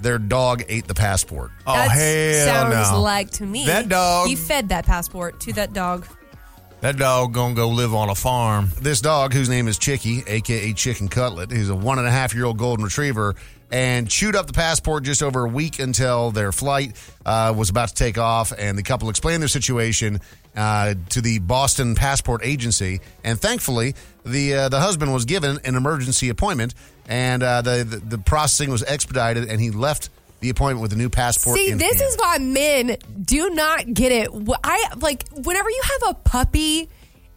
E: their dog ate the passport.
C: Oh
F: That
C: hell
F: sounds
C: no!
F: like to me
C: That dog-
F: You fed that passport to that dog.
C: that dog gonna go live on a farm.
E: This dog, whose name is Chicky, aka Chicken Cutlet, who's a one and a half year old golden retriever, and chewed up the passport just over a week until their flight uh, was about to take off. And the couple explained their situation uh, to the Boston Passport Agency, and thankfully, the uh, the husband was given an emergency appointment, and uh, the, the the processing was expedited, and he left the appointment with a new passport.
F: See,
E: in
F: this
E: hand.
F: is why men do not get it. Wh- I like whenever you have a puppy,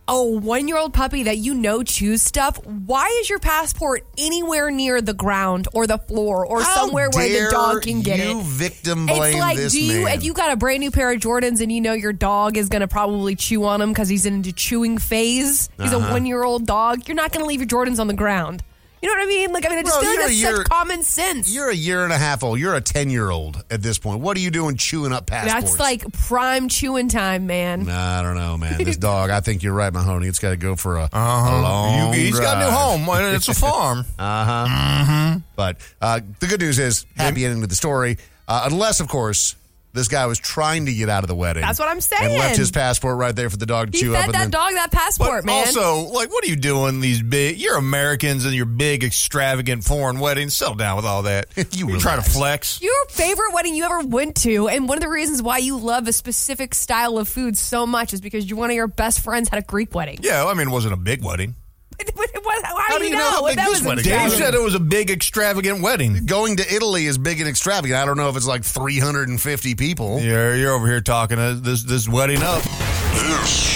F: a one-year-old puppy that you know chews stuff. Why is your passport anywhere near the ground or the floor or
E: How
F: somewhere where the
E: dare
F: dog can get
E: you
F: it?
E: victim blame
F: It's like,
E: this
F: do you
E: man.
F: if you got a brand new pair of Jordans and you know your dog is going to probably chew on them because he's into chewing phase. He's
E: Uh-huh.
F: a one-year-old dog. You're not going to leave your Jordans on the ground. You know what I mean? Like, I mean, I just
E: Bro,
F: feel like
E: you're-
F: that's
E: you're-
F: such common sense.
E: You're a year and a half old. You're a 10 year old at this point. What are you doing chewing up passports?
F: That's like prime chewing time, man.
E: Nah, I don't know, man. This dog, I think you're right, Mahoney. It's got to go for a, a long
C: Uh-huh. You, he's got a new
E: drive.
C: home. and It's a farm.
E: Uh huh. But uh, the good news is, happy ending to the story. Uh, unless, of course, this guy was trying to get out of the wedding.
F: That's what I'm
E: And
F: saying.
E: left his passport right there for the dog to
F: He
E: chew up.
F: fed
E: And
F: that
E: then,
F: dog that passport, man.
C: Also, like, what are you doing? These big, you're Americans and your big, extravagant foreign weddings. Settle down with all that. you are trying to flex.
F: your favorite wedding you ever went to, and one of the reasons why you love a specific style of food so much is because you, one of your best friends had a Greek wedding.
C: Yeah, I mean, it wasn't a big wedding.
F: But it was- I How, do you know?
E: how
F: what
E: big
F: that
E: this
F: was
E: wedding is?
C: Dave
F: extravagant?
C: said it was a big, extravagant wedding.
E: Going to Italy is big and extravagant. I don't know if it's like 350 people.
C: Yeah, you're over here talking uh, this this wedding up.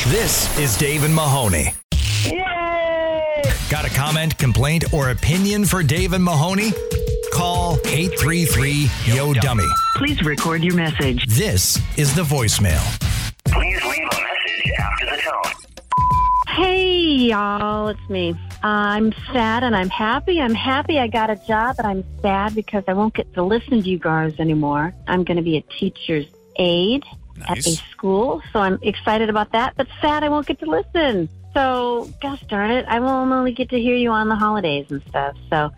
G: This is Dave and Mahoney. Got a comment, complaint, or opinion for Dave and Mahoney? Call 833 Yo Dummy.
M: Please record your message.
G: This is the voicemail.
M: Please leave a message after the tone.
O: Hey, y'all, it's me. I'm sad and I'm happy. I'm happy I got a job, but I'm sad because I won't get to listen to you guys anymore. I'm going to be a teacher's aide at a school, so I'm excited about that, but sad I won't get to listen. So, gosh darn it, I will only get to hear you on the holidays and stuff. So,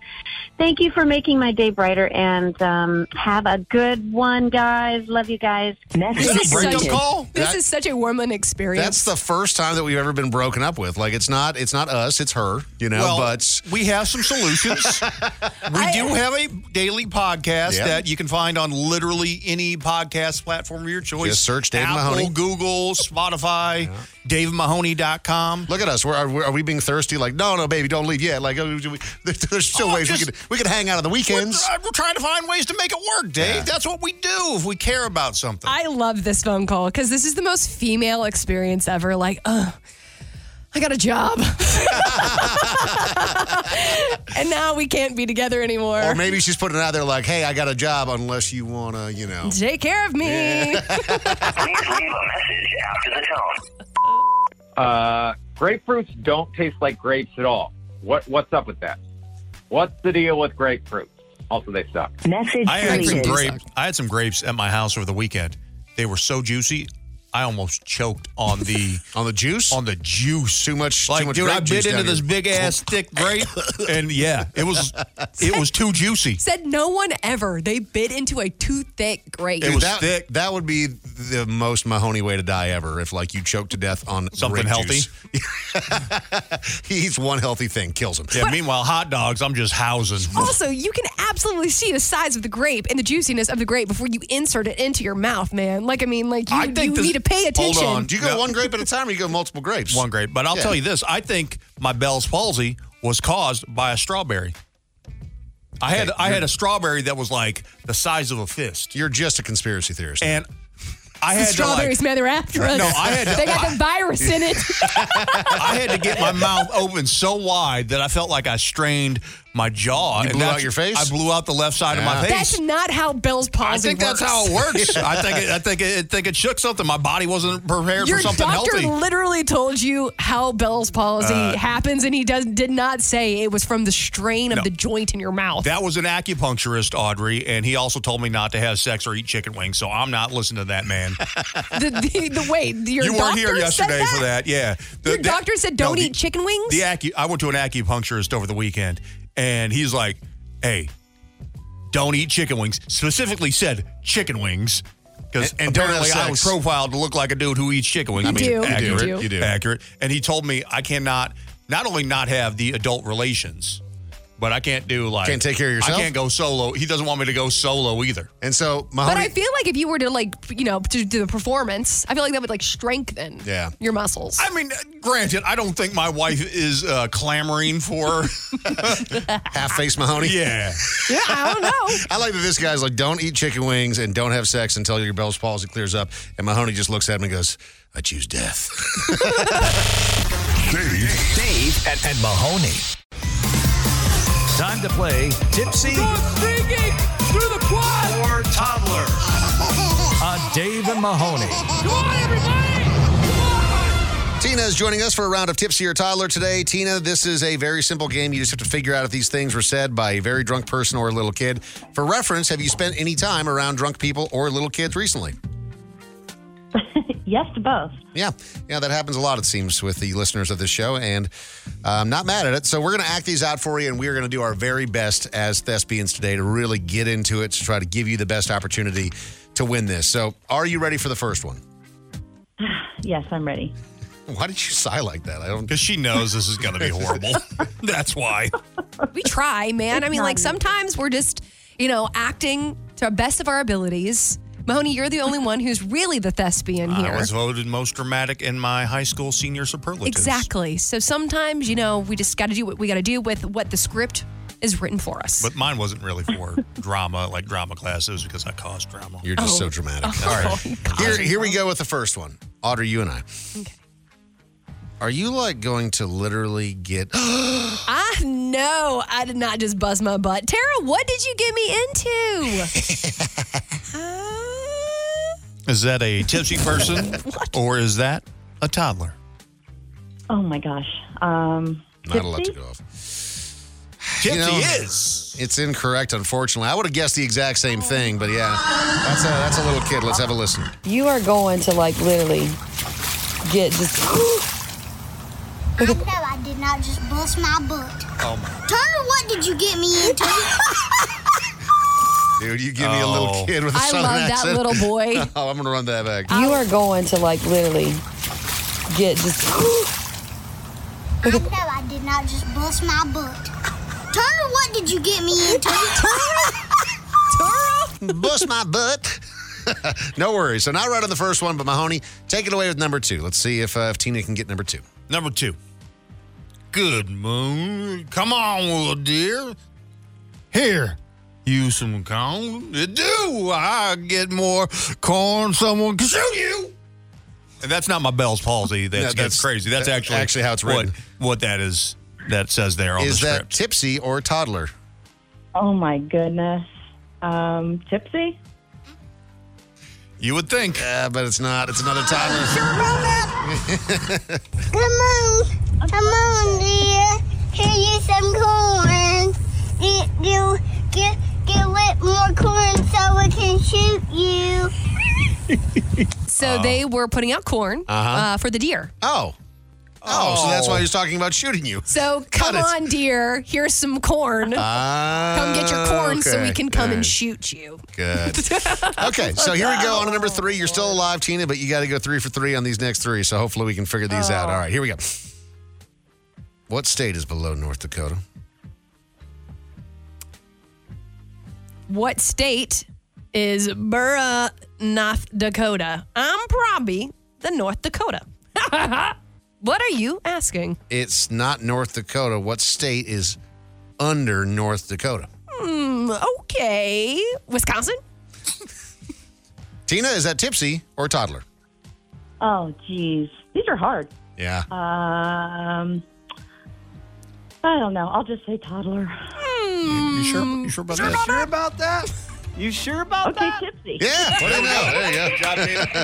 O: thank you for making my day brighter and um, have a good one, guys. Love you guys.
F: such, This
E: That-
F: is such a warm experience.
E: That's the first time that we've ever been broken up with. Like it's not it's not us, it's her, you know,
C: Well,
E: but
C: we have some solutions. We do have a daily podcast
E: Yeah.
C: that you can find on literally any podcast platform of your choice.
E: Just search Dave
C: Apple,
E: Mahoney.
C: Google, Spotify, DaveMahoney.com.
E: Look at us. We're, are, we- are we being thirsty? Like, no, no, baby, don't leave yet. Like, oh, we- there- there's still ways we could we could hang out on the weekends.
C: Oh, We're trying to find ways to make it work, Dave.
E: Yeah.
C: That's what we do if we care about something.
F: I love this phone call because this is the most female experience ever. Like, oh, I got a job. and now we can't be together anymore.
P: Oh,
E: Or maybe she's putting it out there like, hey, I got a job unless you wanna, you know.
F: Take care of me.
Q: Uh, grapefruits don't taste like grapes at all. What What's up with that? What's the deal with grapefruits? Also, they suck.
H: Message
C: I had some
H: deleted.
C: grape. I had some grapes at my house over the weekend. They were so juicy. I almost choked on the
E: on the juice
C: on the juice.
E: Oh. Too much.
C: Like,
E: too much
C: dude, I
E: grape
C: bit
E: juice
C: into
E: down
C: this
E: here.
C: big ass thick grape, and yeah, it was it was too juicy.
F: Said no one ever. They bit into a too thick grape.
E: Dude, that, That would be the most Mahoney way to die ever. If like you choke to death on
C: Something
E: grape
C: healthy.
E: juice. he eats one healthy thing, kills him.
C: Yeah. meanwhile, hot dogs. I'm just housing.
F: Also, you can absolutely see the size of the grape and the juiciness of the grape before you insert it into your mouth, man. Like, I mean, like you, you need to pay attention.
E: Do you go one grape at a time, or you go multiple grapes?
C: One grape. But I'll
E: Yeah.
C: tell you this: I think my Bell's palsy was caused by a strawberry. I had I had a strawberry that was like the size of a fist.
E: You're just a conspiracy theorist,
C: and I had
F: The
C: to like,
F: strawberries, man, they're after us.
C: No, I had to-
F: they got the virus in it.
C: I had to get my mouth open so wide that I felt like I strained my jaw.
E: You
C: and
E: blew
C: that's-
E: out your face?
C: I blew out the left side of my face.
F: That's not how Bell's palsy
C: I think that's how it works. I think it, I think it, I think it shook something. My body wasn't prepared
F: Your
C: for something
F: doctor
C: healthy.
F: literally told you how Bell's palsy
C: Uh,
F: happens, and he does did not say it was from the strain of
C: No.
F: the joint in your mouth.
C: That was an acupuncturist, Audrey, and he also told me not to have sex or eat chicken wings. So I'm not listening to that man.
F: the, the, the wait, your
C: you
F: doctor
C: weren't here
F: said
C: yesterday
F: that?
C: for that. Yeah, The-
F: Your
C: the-
F: doctor said
C: no,
F: don't
C: the-
F: eat chicken wings.
C: The acu- I went to an acupuncturist over the weekend, and he's like, "Hey, don't eat chicken wings." Specifically said chicken wings. Because
E: And- and don't have
C: apparently I
E: sex.
C: was profiled to look like a dude who eats chicken wings.
F: You
C: I mean,
F: do, you
C: accurate,
F: do. You do.
C: accurate. And he told me I cannot not only not have the adult relations, but I can't do like
E: Can't take care of yourself?
C: I can't go solo. He doesn't want me to go solo either.
E: and so
F: but
E: Mahoney.
F: I feel like if you were to like you know to do the performance, I feel like that would like strengthen
E: Yeah.
F: your muscles.
C: I mean, granted, I don't think my wife is uh, clamoring for.
E: half face Mahoney.
C: yeah.
F: yeah, I don't know.
E: I like that this guy's like, don't eat chicken wings and don't have sex until your Bell's palsy clears up. And Mahoney just looks at him and goes, I choose death.
G: Dave, Dave and, and Mahoney. Time to play Tipsy
A: Thinking through the quad.
G: or Toddler on Dave and Mahoney.
E: Tina is joining us for a round of Tipsy or Toddler today. Tina, this is a very simple game. You just have to figure out if these things were said by a very drunk person or a little kid. For reference, have you spent any time around drunk people or little kids recently?
O: Yes to both.
E: Yeah, yeah, that happens a lot, it seems, with the listeners of this show, and I'm not mad at it. So, we're going to act these out for you, and we're going to do our very best as thespians today to really get into it to try to give you the best opportunity to win this. So, are you ready for the first one?
O: Yes, I'm ready.
E: Why did you sigh like that? I don't.
C: Because she knows this is going to be horrible. That's why.
F: we try, man. I mean, like sometimes we're just, you know, acting to our best of our abilities. Mahoney, you're the only one who's really the thespian here.
C: I was voted most dramatic in my high school senior superlatives.
F: Exactly. So sometimes, you know, we just got to do what we got to do with what the script is written for us.
C: But mine wasn't really for drama, like drama class. It was because I caused drama.
E: You're just so dramatic. All right. Here, here we go with the first one. Audrey, you and I. Are you like going to literally get.
F: I know I did not just bust my butt. Tara, what did you get me into?
C: Is that a tipsy person or is that a toddler?
O: Oh my gosh. Um,
E: Not allowed to
O: Gypsy?
E: go off.
C: Tipsy
E: is. It's incorrect, unfortunately. I would have guessed the exact same thing, but yeah, that's a that's a little kid. Let's have a listen.
R: You are going to like literally get just.
S: I know I did not just bust my butt.
E: Oh my,
S: Turner, what did you get me into?
E: dude, you give me a
C: Oh.
E: little kid with a
F: I
E: southern
F: love that
E: accent.
F: little boy.
E: oh, I'm gonna run that back.
R: You are going to like literally get just.
S: I know I did not just bust my butt. Turner, what did you get me into?
E: Bust my butt. no worries. So not right on the first one, but Mahoney, take it away with number two. Let's see if, uh, if Tina can get number two.
C: Number two. Good moon. Come on, little dear. Here, you some corn. Do I get more corn? Someone can shoot you. And that's not my Bell's palsy. That's,
E: No,
C: that's,
E: that's-
C: crazy. That's
E: that-
C: actually
E: actually how it's
C: what-
E: written.
C: What, that is that says there on
E: Is
C: the
E: that
C: script.
E: tipsy or toddler?
O: Oh my goodness. Um, tipsy?
C: You would think.
E: Yeah, but it's not. It's another toddler.
S: Come on, come on, dear. Here you some corn. Get, get, get, get with more corn so we can shoot you.
F: So they were putting out corn uh
E: Uh-huh.
F: for the deer.
E: Oh. oh. so that's why he was talking about shooting you.
F: So come
E: it.
F: on, deer. Here's some corn.
E: Ah,
F: come get your corn so we
E: okay.
F: can come
E: All
F: and
E: right.
F: shoot you.
E: Good. okay, so here we go on to number three. You're still alive, Tina, but you got to go three for three on these next three. So hopefully we can figure these out.
F: Oh.
E: All right, here we go. What state is below North Dakota?
F: What state is Burra, North Dakota? I'm probably the North Dakota. what are you asking?
E: It's not North Dakota. What state is under North Dakota?
F: Hmm, okay. Wisconsin?
E: Tina, is that tipsy or toddler?
O: Oh, geez. These are hard.
E: Yeah.
O: Um, I don't know. I'll just say toddler.
C: You sure? You sure about that?
A: Sure about that? You sure about that?
O: Tipsy.
E: Yeah. What do you know?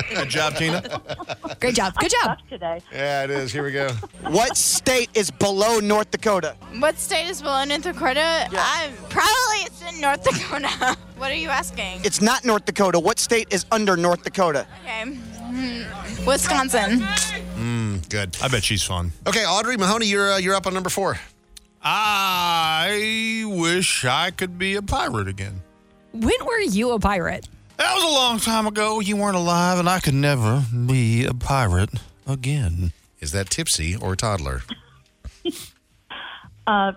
E: There you go.
C: Good job, Tina.
F: Great job. Good job.
O: today.
E: Yeah, it is. Here we go.
P: What state is below North Dakota?
T: What state is below North Dakota? I'm probably it's in North Dakota. what are you asking?
P: It's not North Dakota. What state is under North Dakota?
T: Okay. Hmm. Wisconsin.
E: Mm, good.
C: I bet she's fun.
E: Okay, Audrey Mahoney, you're uh, you're up on number four.
C: I wish I could be a pirate again.
F: When were you a pirate?
C: That was a long time ago. You weren't alive, and I could never be a pirate again.
E: Is that tipsy or toddler?
O: Uh,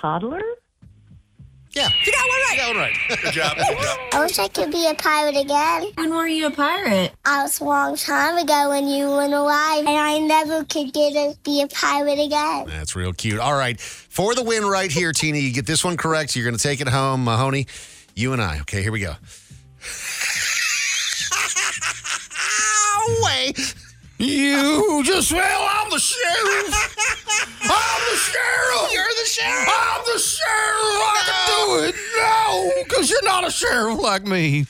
O: toddler?
E: Yeah.
F: You got one right.
E: got one right. Good job.
S: I wish I could be a pirate again. When were you a pirate? I was a long time ago when you went away, and I never could get to be a pirate again.
E: That's real cute. All right. For the win right here, Tina, you get this one correct. You're going to take it home. Mahoney, you and I. Okay, here we go. Away.
C: You just fell. I'm the sheriff. I'm the sheriff. You're the sheriff. I'm the sheriff. I can do it. No, because you're not a sheriff like me.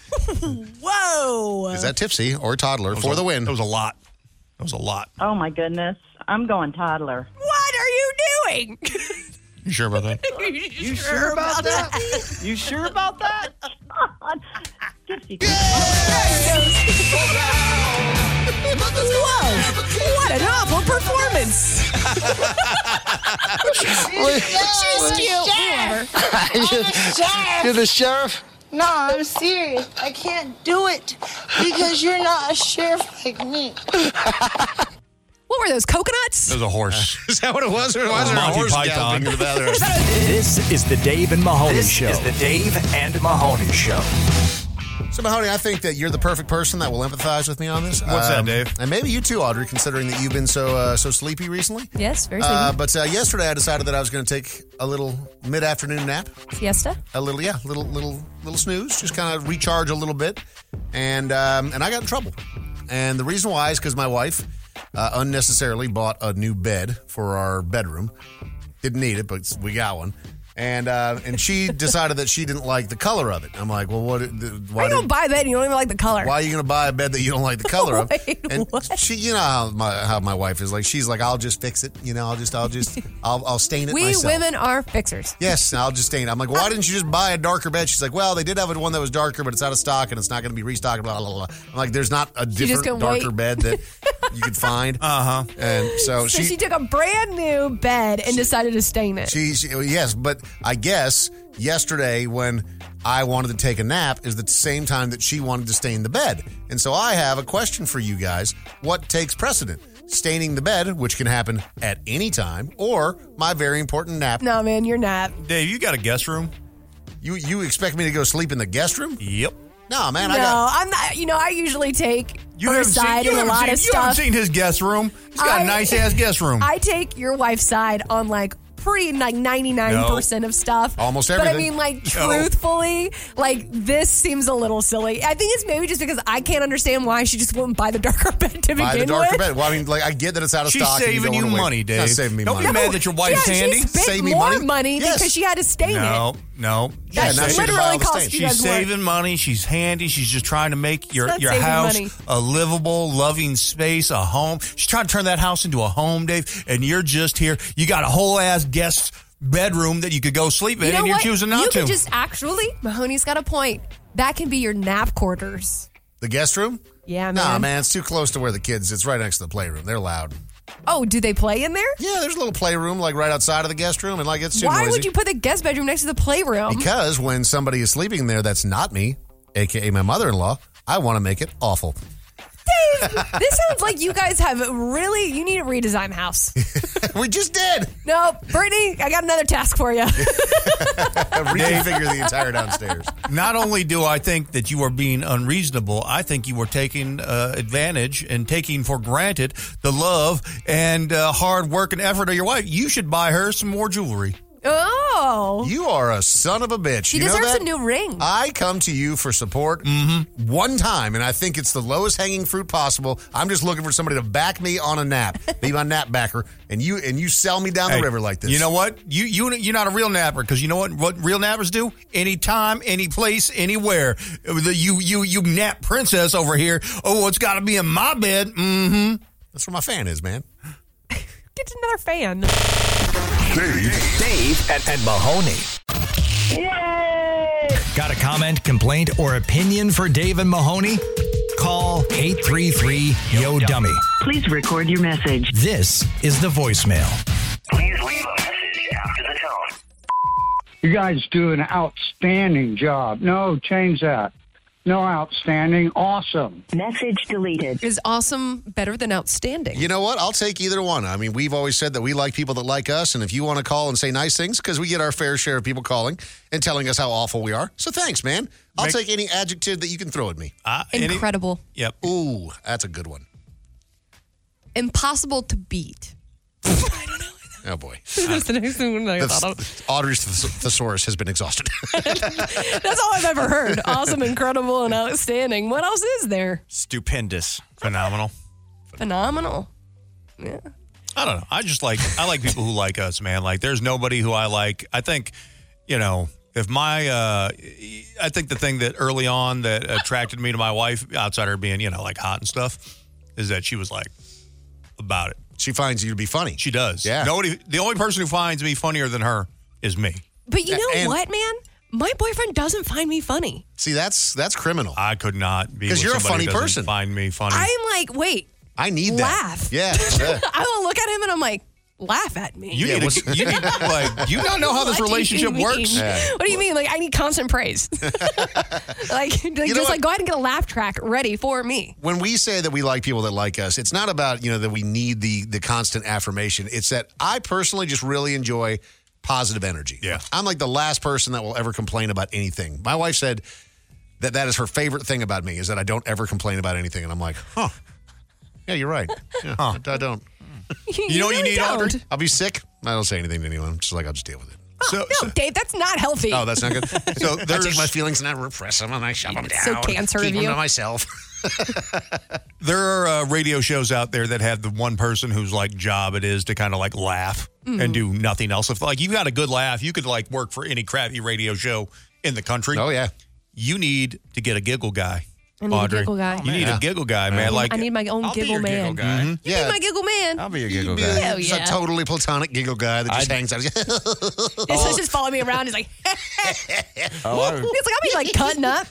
F: Whoa.
E: Is that tipsy or toddler for the win? That was
C: a lot. That was a lot.
O: Oh my goodness. I'm going toddler.
F: What are you doing?
C: You sure about that?
A: You sure about that? You sure about that?
F: Whoa! What an awful performance!
A: She's cute.
P: You're the sheriff?
A: No, I'm serious. I can't do it because you're not a sheriff like me.
F: What were those coconuts?
C: That was a horse.
E: Is that what it was? Or was there a
C: Monty
E: horse
C: Python.
E: galloping into the bathroom?
G: This is the Dave and Mahoney
E: This
G: Show.
E: is the
G: Dave and Mahoney Show.
E: So, Mahoney, I think that you're the perfect person that will empathize with me on this. Um,
C: What's that, Dave?
E: And maybe you too, Audrey, considering that you've been so uh, so sleepy recently.
F: Yes, very sleepy.
E: Uh, but uh, yesterday, I decided that I was going to take a little mid-afternoon nap,
F: Fiesta.
E: a little yeah, little little little snooze, just kind of recharge a little bit, and um, and I got in trouble. And the reason why is because my wife uh, unnecessarily bought a new bed for our bedroom. Didn't need it, but we got one. And uh, and she decided that she didn't like the color of it. I'm like, well, what? Why
F: I
E: did-
F: don't buy that. and You don't even like the color.
E: why are you going to buy a bed that you don't like the color of?
F: Wait,
E: and she, you know how my, how my wife is like. She's like, I'll just fix it. You know, I'll just, I'll just, I'll, I'll stain it
F: We
E: myself.
F: women are fixers.
E: Yes, I'll just stain it. I'm like, why didn't you just buy a darker bed? She's like, well, they did have one that was darker, but it's out of stock and it's not going to be restocked. Blah blah blah. I'm like, there's not a
F: She just
E: different
F: couldn't
E: darker
F: wait.
E: bed that you could find. Uh huh. And so,
F: So she, took a brand new bed and decided to stain it.
E: She, she yes, but I guess yesterday when I wanted to take a nap is the same time that she wanted to stain the bed. And so I have a question for you guys. What takes precedent? Staining the bed, which can happen at any time, or my very important nap.
F: no, man, you're not.
E: Dave, you got a guest room? You you expect me to go sleep in the guest room? Yep. No, man,
F: no,
E: I got
F: I'm not. You know, I usually take
C: You
F: her
C: haven't seen-
F: side
C: you
F: in a
C: haven't
F: lot
C: seen-
F: of
C: you haven't
F: stuff.
C: seen his guest room. He's got a
F: I-
C: nice ass guest room.
F: I take your wife's side on like pretty like 99% of stuff.
C: Almost
F: But I
C: everything.
F: mean like
C: No.
F: truthfully, like this seems a little silly. I think it's maybe just because I can't understand why she just wouldn't buy the darker bed to
E: buy
F: begin
E: the darker
F: with.
E: bed. Well, I mean, like I get that it's out of
C: She's
E: stock. and
C: saving you
E: don't wanna wait.
C: money,
E: Not
C: Dave.
E: saving me
C: Don't be
E: money.
C: mad that your wife's
F: yeah,
C: handy.
F: She spent
E: Save me
F: more
E: money?
F: money,
E: Yes.
F: because she had to stain
C: No,
F: it.
C: no.
F: That
C: she's
F: Yeah, now she
C: saving-
F: literally buy all the cost stains. you guys
C: She's
F: more.
C: saving money. She's handy. She's just trying to make your
F: not
C: your
F: saving
C: house
F: money.
C: a livable, loving space, a home. She's trying to turn that house into a home, Dave. And you're just here. You got a whole ass guest bedroom that you could go sleep in,
F: You know
C: and you're
F: what?
C: choosing not
F: you
C: to.
F: could just actually, Mahoney's got a point. That can be your nap quarters.
E: The guest room?
F: Yeah, man.
E: Nah, man, it's too close to where the kids. It's right next to the playroom. They're loud.
F: Oh, do they play in there?
E: Yeah, there's a little playroom like right outside of the guest room, and like it's too
F: Why
E: noisy.
F: would you put the guest bedroom next to the playroom?
E: Because when somebody is sleeping there, that's not me, aka my mother-in-law. I want to make it awful.
F: Dave, this sounds like you guys have really. You need to redesign the house.
E: we just did.
F: No, Brittany, I got another task for you.
E: Reconfigure the entire downstairs.
C: Not only do I think that you are being unreasonable, I think you are taking uh, advantage and taking for granted the love and uh, hard work and effort of your wife. You should buy her some more jewelry.
F: oh,
E: You are a son of a bitch.
F: she
E: you know
F: deserves
E: that? Uh,
F: a new ring.
E: I come to you for support one time, and I think it's the lowest hanging fruit possible. I'm just looking for somebody to back me on a nap, be my nap backer, and you and you sell me down
C: Hey,
E: the river like this.
C: You know what? You you you're not a real napper because you know what? What real nappers do? Anytime, any place, anywhere. The- You you you nap princess over here. Oh, it's got to be in my bed. Mm-hmm.
E: That's where my fan is, man.
F: Get another fan.
G: Dave, Dave, and, and Mahoney. Got a comment, complaint, or opinion for Dave and Mahoney? Call 833 Yo Dummy.
R: Please record your message.
G: This is the voicemail.
U: You guys do an outstanding job. No, change that. No, outstanding. Awesome.
F: Message deleted. Is awesome better than outstanding?
E: You know what? I'll take either one. I mean, we've always said that we like people that like us, and if you want to call and say nice things, because we get our fair share of people calling and telling us how awful we are. So thanks, man. I'll
C: Make-
E: take any adjective that you can throw at me.
F: Incredible.
C: yep.
E: Ooh, that's a good one.
F: Impossible to beat.
E: Oh boy.
F: That's the next thing I thought of.
E: Th- Audrey's thes- thesaurus has been exhausted.
F: That's all I've ever heard. Awesome, incredible, and outstanding. What else is there?
C: Stupendous. Phenomenal.
F: Phenomenal. Yeah.
C: I don't know. I just like I like people who like us, man. Like there's nobody who I like. I think, you know, if my uh I think the thing that early on that attracted me to my wife outside her being, you know, like hot and stuff is that she was like about it.
E: She finds you to be funny.
C: She does.
E: Yeah.
C: Nobody the only person who finds me funnier than her is me.
F: But you know
E: And-
F: what, man? My boyfriend doesn't find me funny.
E: See, that's that's criminal.
C: I could not be
E: 'Cause
C: with
E: you're a
C: somebody who
E: funny
C: doesn't
E: person.
C: Find me funny.
F: I'm like, wait,
E: I need
F: Laugh.
E: that. Yeah. yeah.
F: I will look at him and I'm like, laugh at me.
C: you, need to, you need like you not know how this
F: What do you
C: relationship
F: mean?
C: works.
F: What do you mean? Like I need constant praise. like, like, just like go ahead and get a laugh track ready for me.
E: When we say that we like people that like us, it's not about, you know, that we need the the constant affirmation. It's that I personally just really enjoy positive energy. Yeah. I'm like the last person that will ever complain about anything. My wife said that that is her favorite thing about me is that I don't ever complain about anything. And I'm like, huh. Yeah, you're right. Yeah, I, I don't.
F: You know what you really need, Audrey? don't. Oh,
E: I'll be sick. I don't say anything to anyone. I'm just like, I'll just deal with it.
F: no, Dave, that's not
C: Uh,
F: healthy.
E: Oh, that's not good. So
F: I
E: there's
F: take
E: my feelings and I repress them and I shove them
F: So down, cancer keep of 'em you? to
E: myself.
C: there are uh, radio shows out there that have the one person whose like job it is to kind of like laugh
E: Mhm.
F: Mm-hmm.
C: and do nothing else. If like you got a good laugh, you could like work for any crappy radio show in the country. Oh
E: yeah,
C: you need to get a giggle guy.
F: I need a
C: Audrey.
F: giggle guy.
C: You need
F: Yeah.
C: a giggle guy, man. Like
F: I need my own
C: I'll be
F: giggle
C: your
F: man.
B: Oh,
C: giggle guy.
E: Mm-hmm.
C: Mhm.
F: You need my giggle man.
E: I'll be a giggle
F: guy. Hell
E: Just
F: yeah.
E: a totally platonic giggle guy that just hangs out.
F: He's just following me around. He's like,
B: Oh, I-
F: it's like I'll be like cutting up,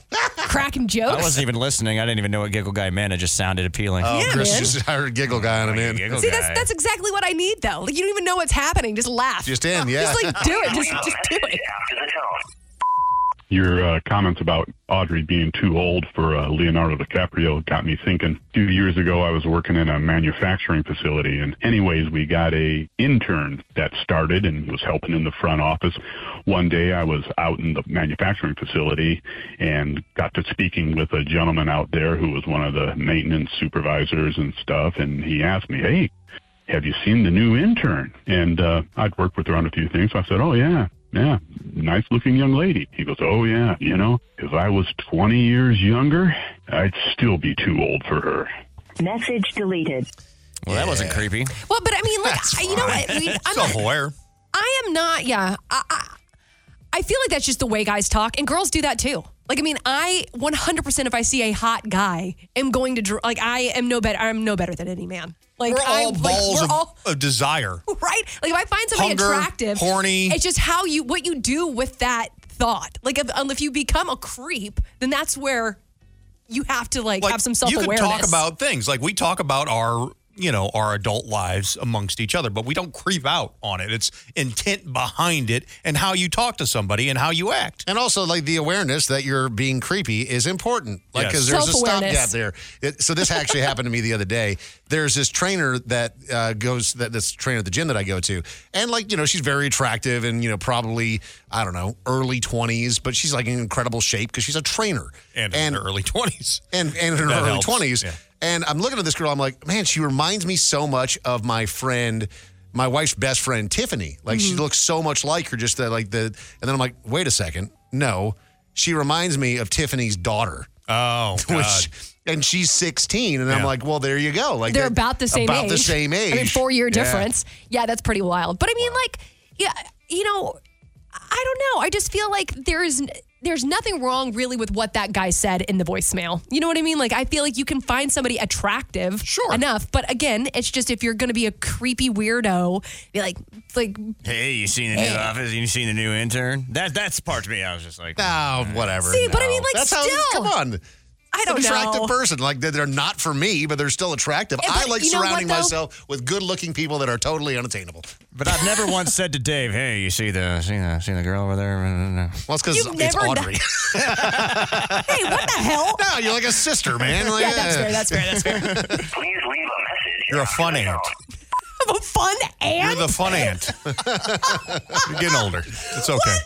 F: cracking jokes.
B: I wasn't even listening. I didn't even know what giggle guy meant. It just sounded appealing.
F: Oh, Yeah, Chris man. just
E: hired giggle guy and
B: I'm
F: See, that's that's exactly what I need though. Like you don't even know what's happening. Just laugh.
E: Just in, yeah.
F: just like do it. Just just do it.
I: Your uh, comments about Audrey being too old for uh, Leonardo DiCaprio got me thinking. A few years ago, I was working in a manufacturing facility, and anyways, we got a intern that started and was helping in the front office. One day, I was out in the manufacturing facility and got to speaking with a gentleman out there who was one of the maintenance supervisors and stuff, and he asked me, "Hey, have you seen the new intern? And uh, I'd worked with her on a few things. So I said, oh, yeah, yeah, nice looking young lady. He goes, oh, yeah, you know, if I was 20 years younger, I'd still be too old for her.
H: Message deleted.
B: Well, that wasn't creepy.
F: Well, but I mean, like I- you know what? I mean, I'm not,
C: Where?
F: I am not. Yeah, I, I I feel like that's just the way guys talk, and girls do that too. Like I mean, I 100% if I see a hot guy, am going to dr- like I am no better. I'm no better than any man. Like
C: we're
F: I
C: all
F: like,
C: balls
F: we're
C: of,
F: all
C: of desire.
F: right? Like if I find somebody
C: Hunger,
F: attractive,
C: horny.
F: it's just how you what you do with that thought. Like if, um, if you become a creep, then that's where you have to like, have some self
C: you can
F: awareness.
C: talk about things like we talk about our you know our adult lives amongst each other but we don't creep out on it it's intent behind it and how you talk to somebody and how you act
E: and also like the awareness that you're being creepy is important like
C: Yes.
E: because there's a
C: Self-awareness.
E: stopgap there It- so this actually happened to me the other day there's this trainer that uh, goes that this trainer at the gym that i go to and like you know she's very attractive and you know probably i don't know early 20s but she's like in incredible shape because she's a trainer
C: and, in her early 20s
E: and and in her
C: That
E: early
C: helps.
E: 20s.
C: Yeah.
E: And I'm looking at this girl, I'm like, man, she reminds me so much of my friend, my wife's best friend, Tiffany. Like she
C: Mhm.
F: Mm-hmm.
E: looks so much like her, just that like the and then I'm like, wait a second. No. She reminds me of Tiffany's daughter.
C: Oh. God.
E: and she's 16. And I'm
C: Yeah.
E: like, well, there you go. Like
F: They're
E: that-
F: about the same
E: about
F: age.
E: the same age.
F: I mean, four year
E: Yeah.
F: difference. Yeah, that's pretty wild. But I mean, like, yeah, you know, I don't know. I just feel like there's there's nothing wrong really with what that guy said in the voicemail. You know what I mean? Like, I feel like you can find somebody attractive sure. enough. But again, it's just if you're going to be a creepy weirdo, be like, like,
B: Hey, you seen the new
F: Hey.
B: office? You seen the new intern? That that's the part to me. I was just like,
E: oh,
C: Mm.
E: whatever.
F: See, but I mean, like,
E: That's
F: still.
E: how, come on.
F: I don't
E: An attractive
F: know.
E: person. Like they're- they're not for me, but they're still attractive.
F: Yeah,
E: I
F: but
E: like
F: you know what,
E: surrounding
F: though?
E: myself with good-looking people that are totally unattainable.
B: But I've never once said to Dave, "Hey, you see the see the see the girl over there?" Well,
E: it's 'cause You've it's never Audrey.
F: hey, what the hell?
E: No, you're like a sister, man. Like,
F: yeah, that's fair. That's fair. That's fair.
C: you're a fun aunt
F: I'm a fun aunt.
C: you're the fun aunt you're getting older it's okay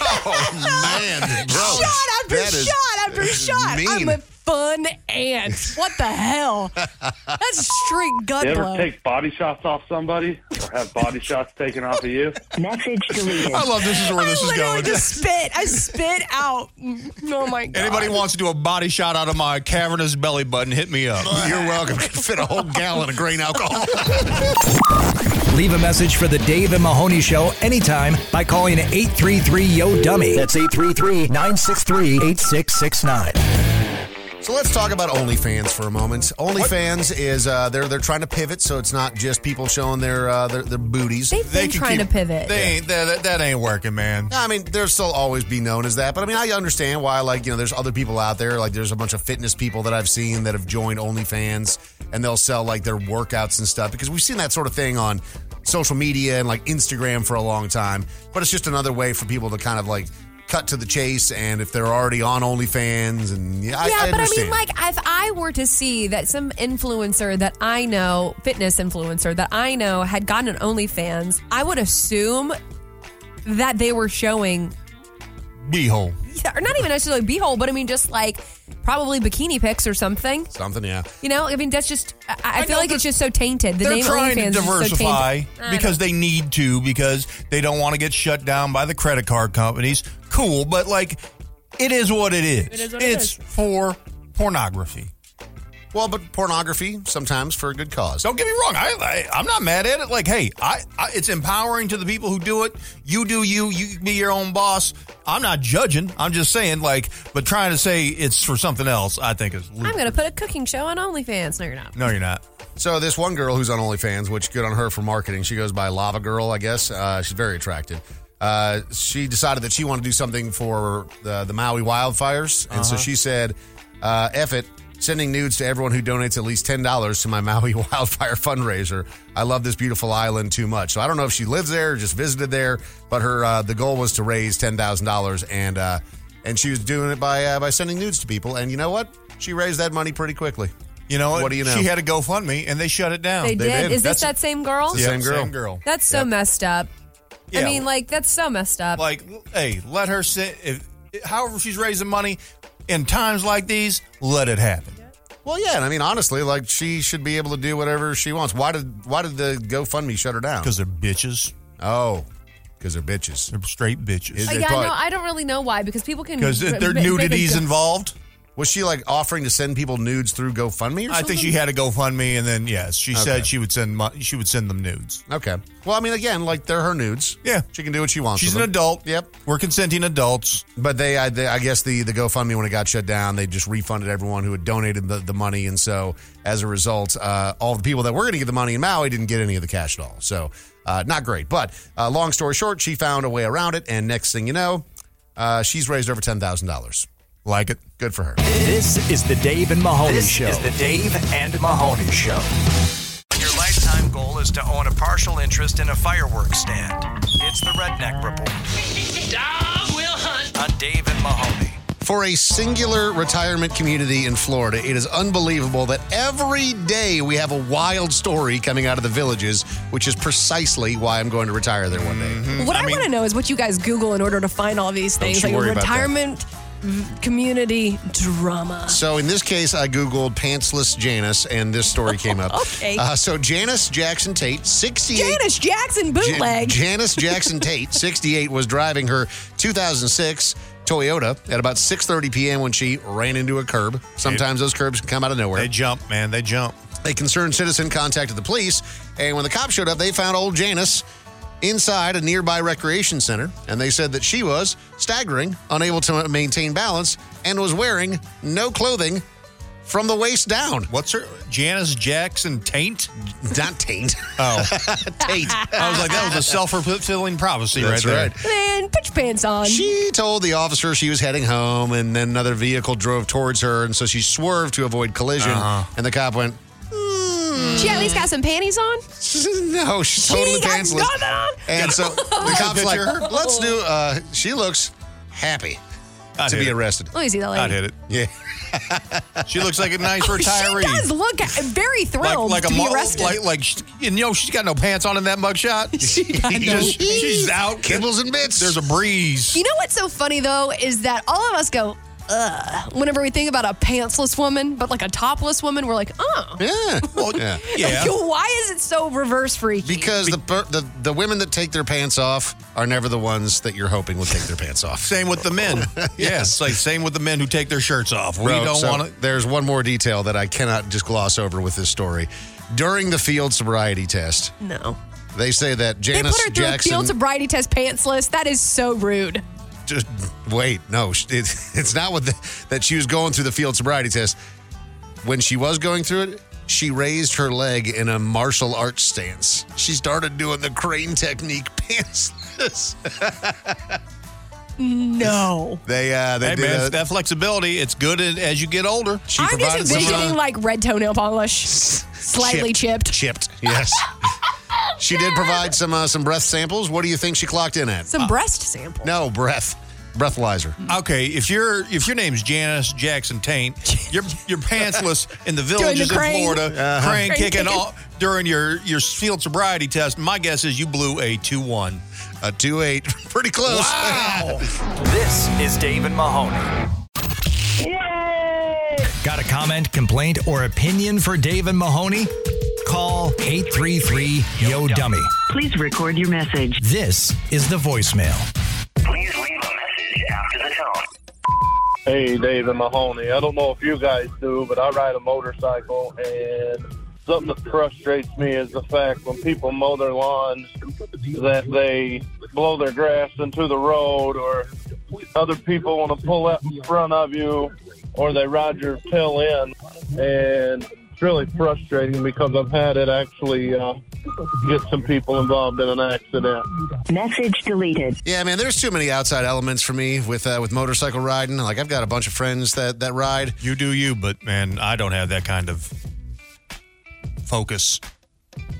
E: oh man bro
F: shot after
E: that is-
F: shot after
E: that is
F: shot. I'm
E: mean.
F: a fun aunt. What the hell? That's straight gut
K: You
F: blow.
K: ever take body shots off somebody or have body shots taken off of you?
H: Message deleted.
C: i love this is where this is
F: I
C: going
F: just spit. I spit out. Oh my god.
C: anybody wants to do a body shot out of my cavernous belly button hit me up
E: you're welcome fit a whole gallon of grain alcohol
G: Leave a message for the Dave and Mahoney Show anytime by calling 833 Yo Dummy. That's 833 963 8669.
E: So let's talk about OnlyFans for a moment. OnlyFans is uh, they're they're trying to pivot, so it's not just people showing their uh, their, their booties. They've
C: They been can trying keep- to
F: pivot.
C: they ain't that, that, that ain't working man
E: I mean, they'll still always be known as that, but I mean, I understand why. Like, you know, there's other people out there. Like, there's a bunch of fitness people that I've seen that have joined OnlyFans, and they'll sell like their workouts and stuff because we've seen that sort of thing on social media and like Instagram for a long time. But it's just another way for people to kind of like cut to the chase. And if they're already on OnlyFans, and yeah, I,
F: yeah,
E: I
F: but I
E: understand.
F: mean, like, if I were to see that some influencer that I know, fitness influencer that I know, had gotten an OnlyFans, I would assume that they were showing
C: beehole
F: yeah, or not even necessarily beehole, but I mean just like probably bikini pics or something.
E: Something, yeah.
F: You know, I mean that's just I, I feel like it's just so tainted. The
C: They're
F: name
C: trying to
F: OnlyFans is just so
C: diversify
F: tainted. I
C: because they need to because they don't want to get shut down by the credit card companies. Cool, but like it is what it is.
E: It is what it
C: it's for pornography.
E: Well, but pornography sometimes for a good cause.
C: Don't get me wrong. I, I I'm not mad at it. Like, hey, I, I it's empowering to the people who do it. You do you. You can be your own boss. I'm not judging. I'm just saying, like, but trying to say it's for something else, I think is.
F: I'm gonna put a cooking show on OnlyFans. No, you're not.
C: No, you're not.
E: So this one girl who's on OnlyFans, which good on her for marketing. She goes by Lava Girl, I guess. Uh, she's very attractive. Uh, she decided that she wanted to do something for the, the Maui wildfires, and so
J: Uh-huh.
E: she said, uh, "F it." Sending nudes to everyone who donates at least ten dollars to my Maui wildfire fundraiser. I love this beautiful island too much. So I don't know if she lives there or just visited there, but her uh, the goal was to raise ten thousand dollars, and uh, and she was doing it by uh, by sending nudes to people. And you know what? She raised that money pretty quickly.
C: You know
E: what? do you know?
C: She had a GoFundMe and Oh, they shut it down.
F: They, did. Is this that same girl?
C: It's the same girl. Same girl.
F: That's so messed up. I
C: Yeah.
F: mean, like that's so messed up.
C: like hey let her sit if however she's raising money in times like these let it happen
E: Well, yeah, and I mean, honestly, like she should be able to do whatever she wants. Why did Why did the GoFundMe shut her down? Because
C: they're bitches.
E: Oh, because they're bitches.
C: They're straight bitches.
F: Uh, yeah, no, I don't really know why because people can r- ma- make a go-
C: involved.
E: Was she like offering to send people nudes through GoFundMe? or
C: i think
E: something?
C: she had a gofundme and then yes she
E: Okay.
C: said she would send mon- she would send them nudes
E: Okay. Well, I mean, again, like they're her nudes.
C: Yeah,
E: she can do what she wants.
C: She's
E: with
C: an
E: them.
C: adult.
E: Yep,
C: we're consenting adults.
E: But they I, they, I guess the the GoFundMe when it got shut down, they just refunded everyone who had donated the, the money, and so as a result, uh, all the people that were going to get the money in Maui didn't get any of the cash at all. So uh, not great. But uh, long story short, she found a way around it, and next thing you know, uh, she's raised over ten thousand dollars.
C: Like it,
E: good for her.
G: This is the Dave and Mahoney
E: This
G: Show.
E: is
G: the Dave and Mahoney Show. Your lifetime goal is to own a partial interest in a fireworks stand. It's the Redneck Report. Dog will hunt. On Dave and Mahoney.
E: For a singular retirement community in Florida, it is unbelievable that every day we have a wild story coming out of the villages, which is precisely why I'm going to retire there one day.
F: What I, want to know is what you guys Google in order to find all
C: Oh,
F: these
E: Don't
F: things,
E: you
F: like
E: worry about that.
F: retirement v- community drama.
E: So in this case, I googled pantsless Janice, and this story came up.
F: Okay.
E: Uh, so Janice Jackson Tate, sixty-eight.
F: Janice Jackson bootleg.
E: Ja- Janice Jackson Tate, 68, was driving her 2006 Toyota at about 6:30 p.m. when she ran into a curb. Sometimes those curbs can come out of nowhere. They
C: jump, man. They jump.
E: A concerned citizen contacted the police, and when the cops showed up, they found old Janice inside a nearby recreation center, and they said that she was staggering, unable to maintain balance, and was wearing no clothing from the waist down.
C: What's her Janice Jackson Taint?
E: Not Taint.
C: Oh,
E: Tate.
C: I was like, that was a self-fulfilling prophecy,
E: That's
C: right there.
E: right.
F: Man, put your pants on.
E: She told the officer she was heading home, and then another vehicle drove towards her, and so she swerved to avoid collision. And the cop went,
F: She at least got some panties on.
E: "No, she's
F: She
E: totally
F: ain't got
E: pantsless."
F: nothing on.
E: And so the cop's like,
F: Picture.
E: "Let's do." Uh, she looks happy to
C: hit
E: be
C: it.
E: arrested.
F: Let me see that lady.
C: hit it.
E: Yeah.
C: she looks like a nice
F: Oh,
C: retiree.
F: She does look very thrilled
C: like, like
F: to
C: a
F: be
C: mo-
F: arrested.
C: like like she, you know she's got no pants on in that mugshot. she
F: got no-
C: she's out
E: kibbles and bits.
C: There's a breeze.
F: You know what's so funny though is that all of us go, ugh, whenever we think about a pantsless woman, but like a topless woman, we're like, oh.
E: Yeah. yeah.
F: Like, why is it so reverse freaky?
E: Because the, per- the the women that take their pants off are never the ones that you're hoping will take their pants off.
C: Same with the men. yeah, it's like same with the men who take their shirts off. We
E: Bro,
C: don't
E: so
C: want to.
E: There's one more detail that I cannot just gloss over with this story. During the field sobriety test,
F: no,
E: they say that
F: they
E: Janice
F: put her through
E: Jackson.
F: a field sobriety test pantsless. That is so rude.
E: just wait, no, sh- it, it's not what the, that she was going through the field sobriety test. When she was going through it, she raised her leg in a martial arts stance. She started doing the crane technique pantsless.
F: No.
E: They uh, they
C: Hey,
E: did
C: man,
E: a-
C: it's that flexibility, it's good in- as you get older. She
F: I'm just
C: some, uh,
F: envisioning like red toenail polish, slightly chipped.
E: Chipped, yes. she did provide some uh, some breath samples. What do you think she clocked in at?
F: Some breast sample.
E: No breath, breathalyzer.
C: Okay, if your if your name's Janice Jackson Taint, you're you're pantsless in the villages in
E: crane.
C: Florida,
E: Uh-huh.
C: crane,
E: Crane
C: kicking
E: kicking.
C: all during your your field sobriety test. My guess is you blew a two one,
E: a two eight pretty close.
G: Wow. this is Dave and Mahoney. Got a comment, complaint, or opinion for Dave and Mahoney? Call 833 Yo Dummy.
M: Please record your message.
G: This is the voicemail.
M: Please leave a message after the tone.
J: Hey, Dave and Mahoney. I don't know if you guys do, but I ride a motorcycle, and something that frustrates me is the fact when people mow their lawns that they blow their grass into the road, or other people want to pull up in front of you, or they ride your tail in, and it's really frustrating because I've had it actually uh, get some people involved in an accident.
E: Message deleted. Yeah, man, there's too many outside elements for me with uh, with motorcycle riding. Like I've got a bunch of friends that that ride.
C: You do you, but man, I don't have that kind of focus.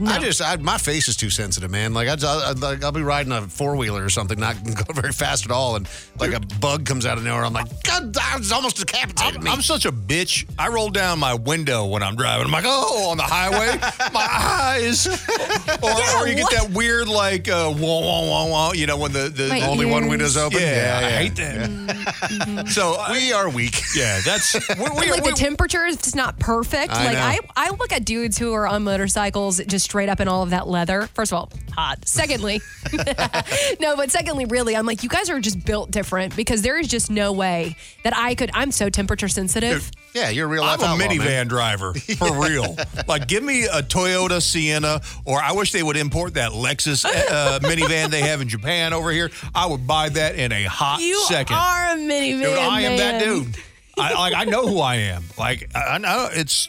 E: I just I, my face is too sensitive, man. Like I, I, like I'll be riding a four wheeler or something, not go very fast at all, and like a bug comes out of nowhere. I'm like, God, I was almost decapitated.
C: I'm such a bitch. I roll down my window when I'm driving. I'm like, oh, on the highway, my eyes. Or, or you get that weird like, uh, wah wah wah wah. You know when the, the
E: My Only one ears. window's open?
C: Yeah,
E: Yeah,
C: I
E: yeah.
C: hate that. So we
E: are weak.
C: Yeah, that's we,
F: And,
C: we,
F: like
C: we,
F: the temperature is just not perfect.
C: I
F: like
C: know.
F: I, I look at dudes who are on motorcycles just straight up in all of that leather. First of all, hot. Secondly, no, but secondly, really, I'm like, you guys are just built different because there is just no way that I could. I'm so temperature sensitive.
E: Yeah, you're a real
C: I'm
E: life outlaw,
C: a minivan
E: man.
C: driver for real. Like, give me a Toyota Sienna, or I wish they would import that Lexus uh, minivan they have in Japan over here. I would buy that in a hot
F: you
C: second.
F: are a minivan.
C: dude, I am that
F: man.
C: dude. I like, I know who I am. Like, I, I know it's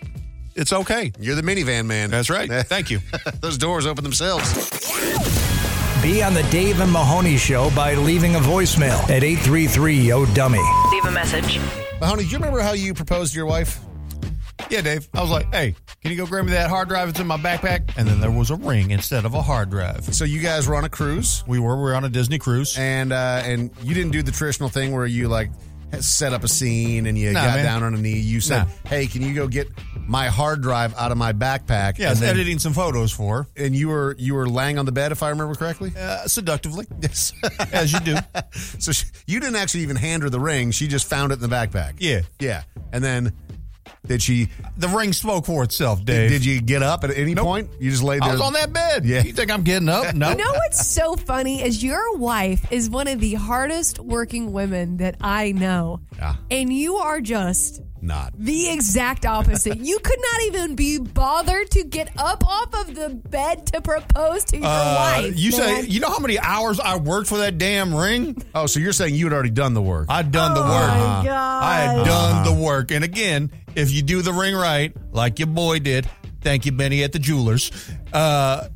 C: it's okay.
E: You're the minivan man.
C: That's right. Thank you.
E: Those doors open themselves.
G: Be on the Dave and Mahoney Show by leaving a voicemail at 833 Yo Dummy.
E: Leave a message. Mahoney, do you remember how you proposed to your wife?
C: Yeah, Dave. I was like, hey, can you go grab me that hard drive? It's in my backpack. And then there was a ring instead of a hard drive.
E: So you guys were on a cruise.
C: We were. We were on a Disney cruise,
E: and uh, and you didn't do the traditional thing where you like set up a scene and you
C: Nah,
E: got
C: man.
E: down on a knee. You said,
C: Nah.
E: "Hey, can you go get my hard drive out of my backpack?"
C: Yeah, I was editing some photos for. her.
E: And you were you were laying on the bed, if I remember correctly,
C: uh, seductively.
E: Yes,
C: as you do.
E: So she, you didn't actually even hand her the ring; she just found it in the backpack.
C: Yeah.
E: yeah. And then did she?
C: The ring spoke for itself, Dave.
E: Did you get up at any point? You just laid there.
C: I was on that bed.
E: Yeah.
C: You think I'm getting up? No.
F: You know what's so funny is your wife is one of the hardest working women that I know.
E: Yeah.
F: And you are just
E: Not.
F: the exact opposite. you could not even be bothered to get up off of the bed to propose to your
C: Uh,
F: wife.
C: you
F: man.
C: say you know how many hours I worked for that damn ring?
E: Oh, so you're saying you had already done the work?
C: I'd done the
E: Oh,
C: work.
E: my
C: I had
E: God.
C: done the work. And again, if you do the ring right, like your boy did, thank you, Benny at the jewelers. Uh,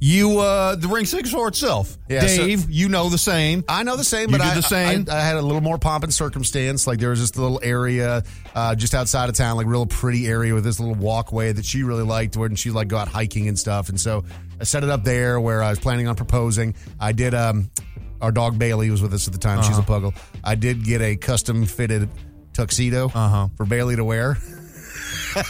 C: you uh, the ring speaks for itself.
E: Yeah, so-
C: Dave, you know the same.
E: I know the same,
C: You
E: but
C: do
E: I,
C: the same?
E: I, I had a little more pomp and circumstance. Like there was this little area uh, just outside of town, like real pretty area with this little walkway that she really liked, where and she like go out hiking and stuff. And so I set it up there where I was planning on proposing. I did. Um, our dog Bailey was with us at the time.
C: Uh-huh.
E: She's a puggle. I did get a custom fitted tuxedo
C: Uh-huh.
E: for Bailey to wear.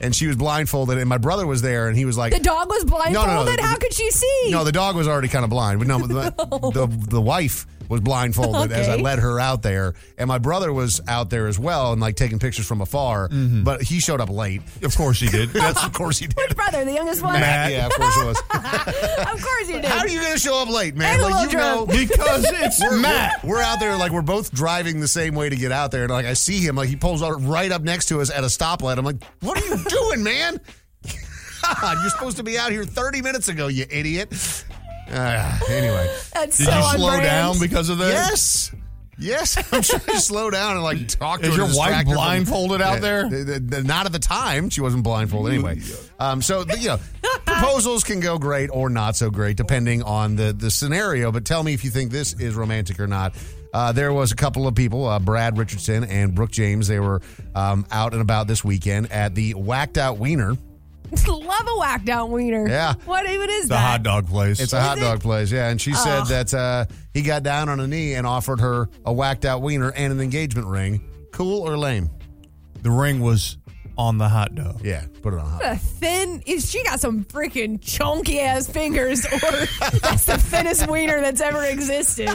E: and she was blindfolded, and my brother was there, and he was like,
F: the dog was blindfolded.
E: the-
F: How could she see?
E: no, the dog was already kind of blind, but no, the, the the wife was blindfolded as I
F: Okay.
E: led her out there, and my brother was out there as well and like taking pictures from afar.
C: Mm-hmm.
E: But he showed up late.
C: Of course he did.
E: That's of course he did.
F: Which brother, the youngest one?
E: Yeah, of course it was.
F: of course you did.
E: How are you going to show up late, man?
F: And a little
E: you know,
F: drunk.
C: Because it's
E: we're,
C: Matt.
E: We're, we're out there like we're both driving the same way to get out there, and like I see him, like he pulls out right up next to us at a stoplight. I'm like, what are you doing, man? God, you're supposed to be out here 30 minutes ago, you idiot. Uh, anyway.
F: That's
C: Did
F: so
C: you
F: on
C: slow
F: brand.
C: down because of that?
E: Yes. Yes, I'm trying to slow down and like talk to
C: Is
E: her to
C: your wife
E: distract her from-
C: blindfolded out
E: Yeah,
C: there? Mm.
E: th- th- th- Not at the time. She wasn't blindfolded anyway. Um, so, th- you know, proposals can go great or not so great depending on the, the scenario. But tell me if you think this is romantic or not. Uh, there was a couple of people, uh, Brad Richardson and Brooke James. They were um, out and about this weekend at the Whacked Out Wiener.
F: Love a whacked out wiener.
E: Yeah.
F: What even is
C: The
F: that?
C: hot dog place.
E: It's a hot dog place, yeah. And she said
F: Oh.
E: that uh, he got down on a knee and offered her a whacked out wiener and an engagement ring. Cool or lame?
C: the ring was on the hot dog.
E: Yeah, put it on hot.
A: The thin is she got some freaking chunky ass fingers, or that's the thinnest wiener that's ever existed.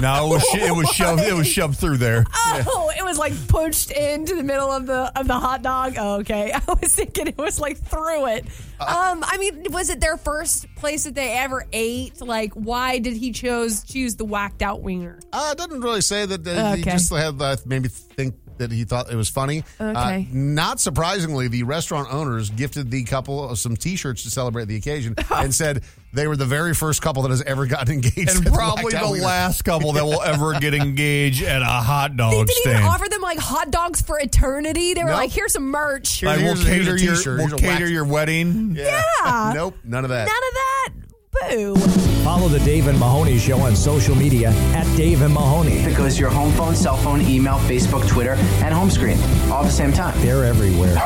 C: No, it was sh- it was shoved it was shoved through there.
A: Oh, it was like punched into the middle of the of the hot dog. Oh, okay, I was thinking it was like through it.
C: Uh-uh.
A: um, I mean, was it their first place that they ever ate? Like, why did he chose choose the whacked out wiener?
E: Uh, it doesn't really say that uh, he
A: Okay.
E: just had uh, maybe think that he thought it was funny.
A: Okay.
E: Uh, not surprisingly, the restaurant owners gifted the couple some T-shirts to celebrate the occasion, and said they were the very first couple that has ever gotten engaged,
C: And
E: at
C: probably
E: Black Dog
C: the
E: Wiener.
C: last couple that will ever get engaged at a hot
A: They
C: dog
A: didn't even
C: stand.
A: offer them like hot dogs for eternity. They were
E: Nope.
A: like, "Here's some merch."
C: like we'll
E: Here's a- here's a
C: cater your
E: t-shirt,
C: we'll
E: here's a
C: cater
E: wax-
C: your wedding.
E: Yeah.
A: Yeah.
E: nope, none of
A: None of
E: that.
A: that. Boo.
G: Follow the Dave and Mahoney Show on social media at Dave and Mahoney.
V: It goes to your home phone, cell phone, email, Facebook, Twitter, and home screen all at the same time.
G: They're everywhere.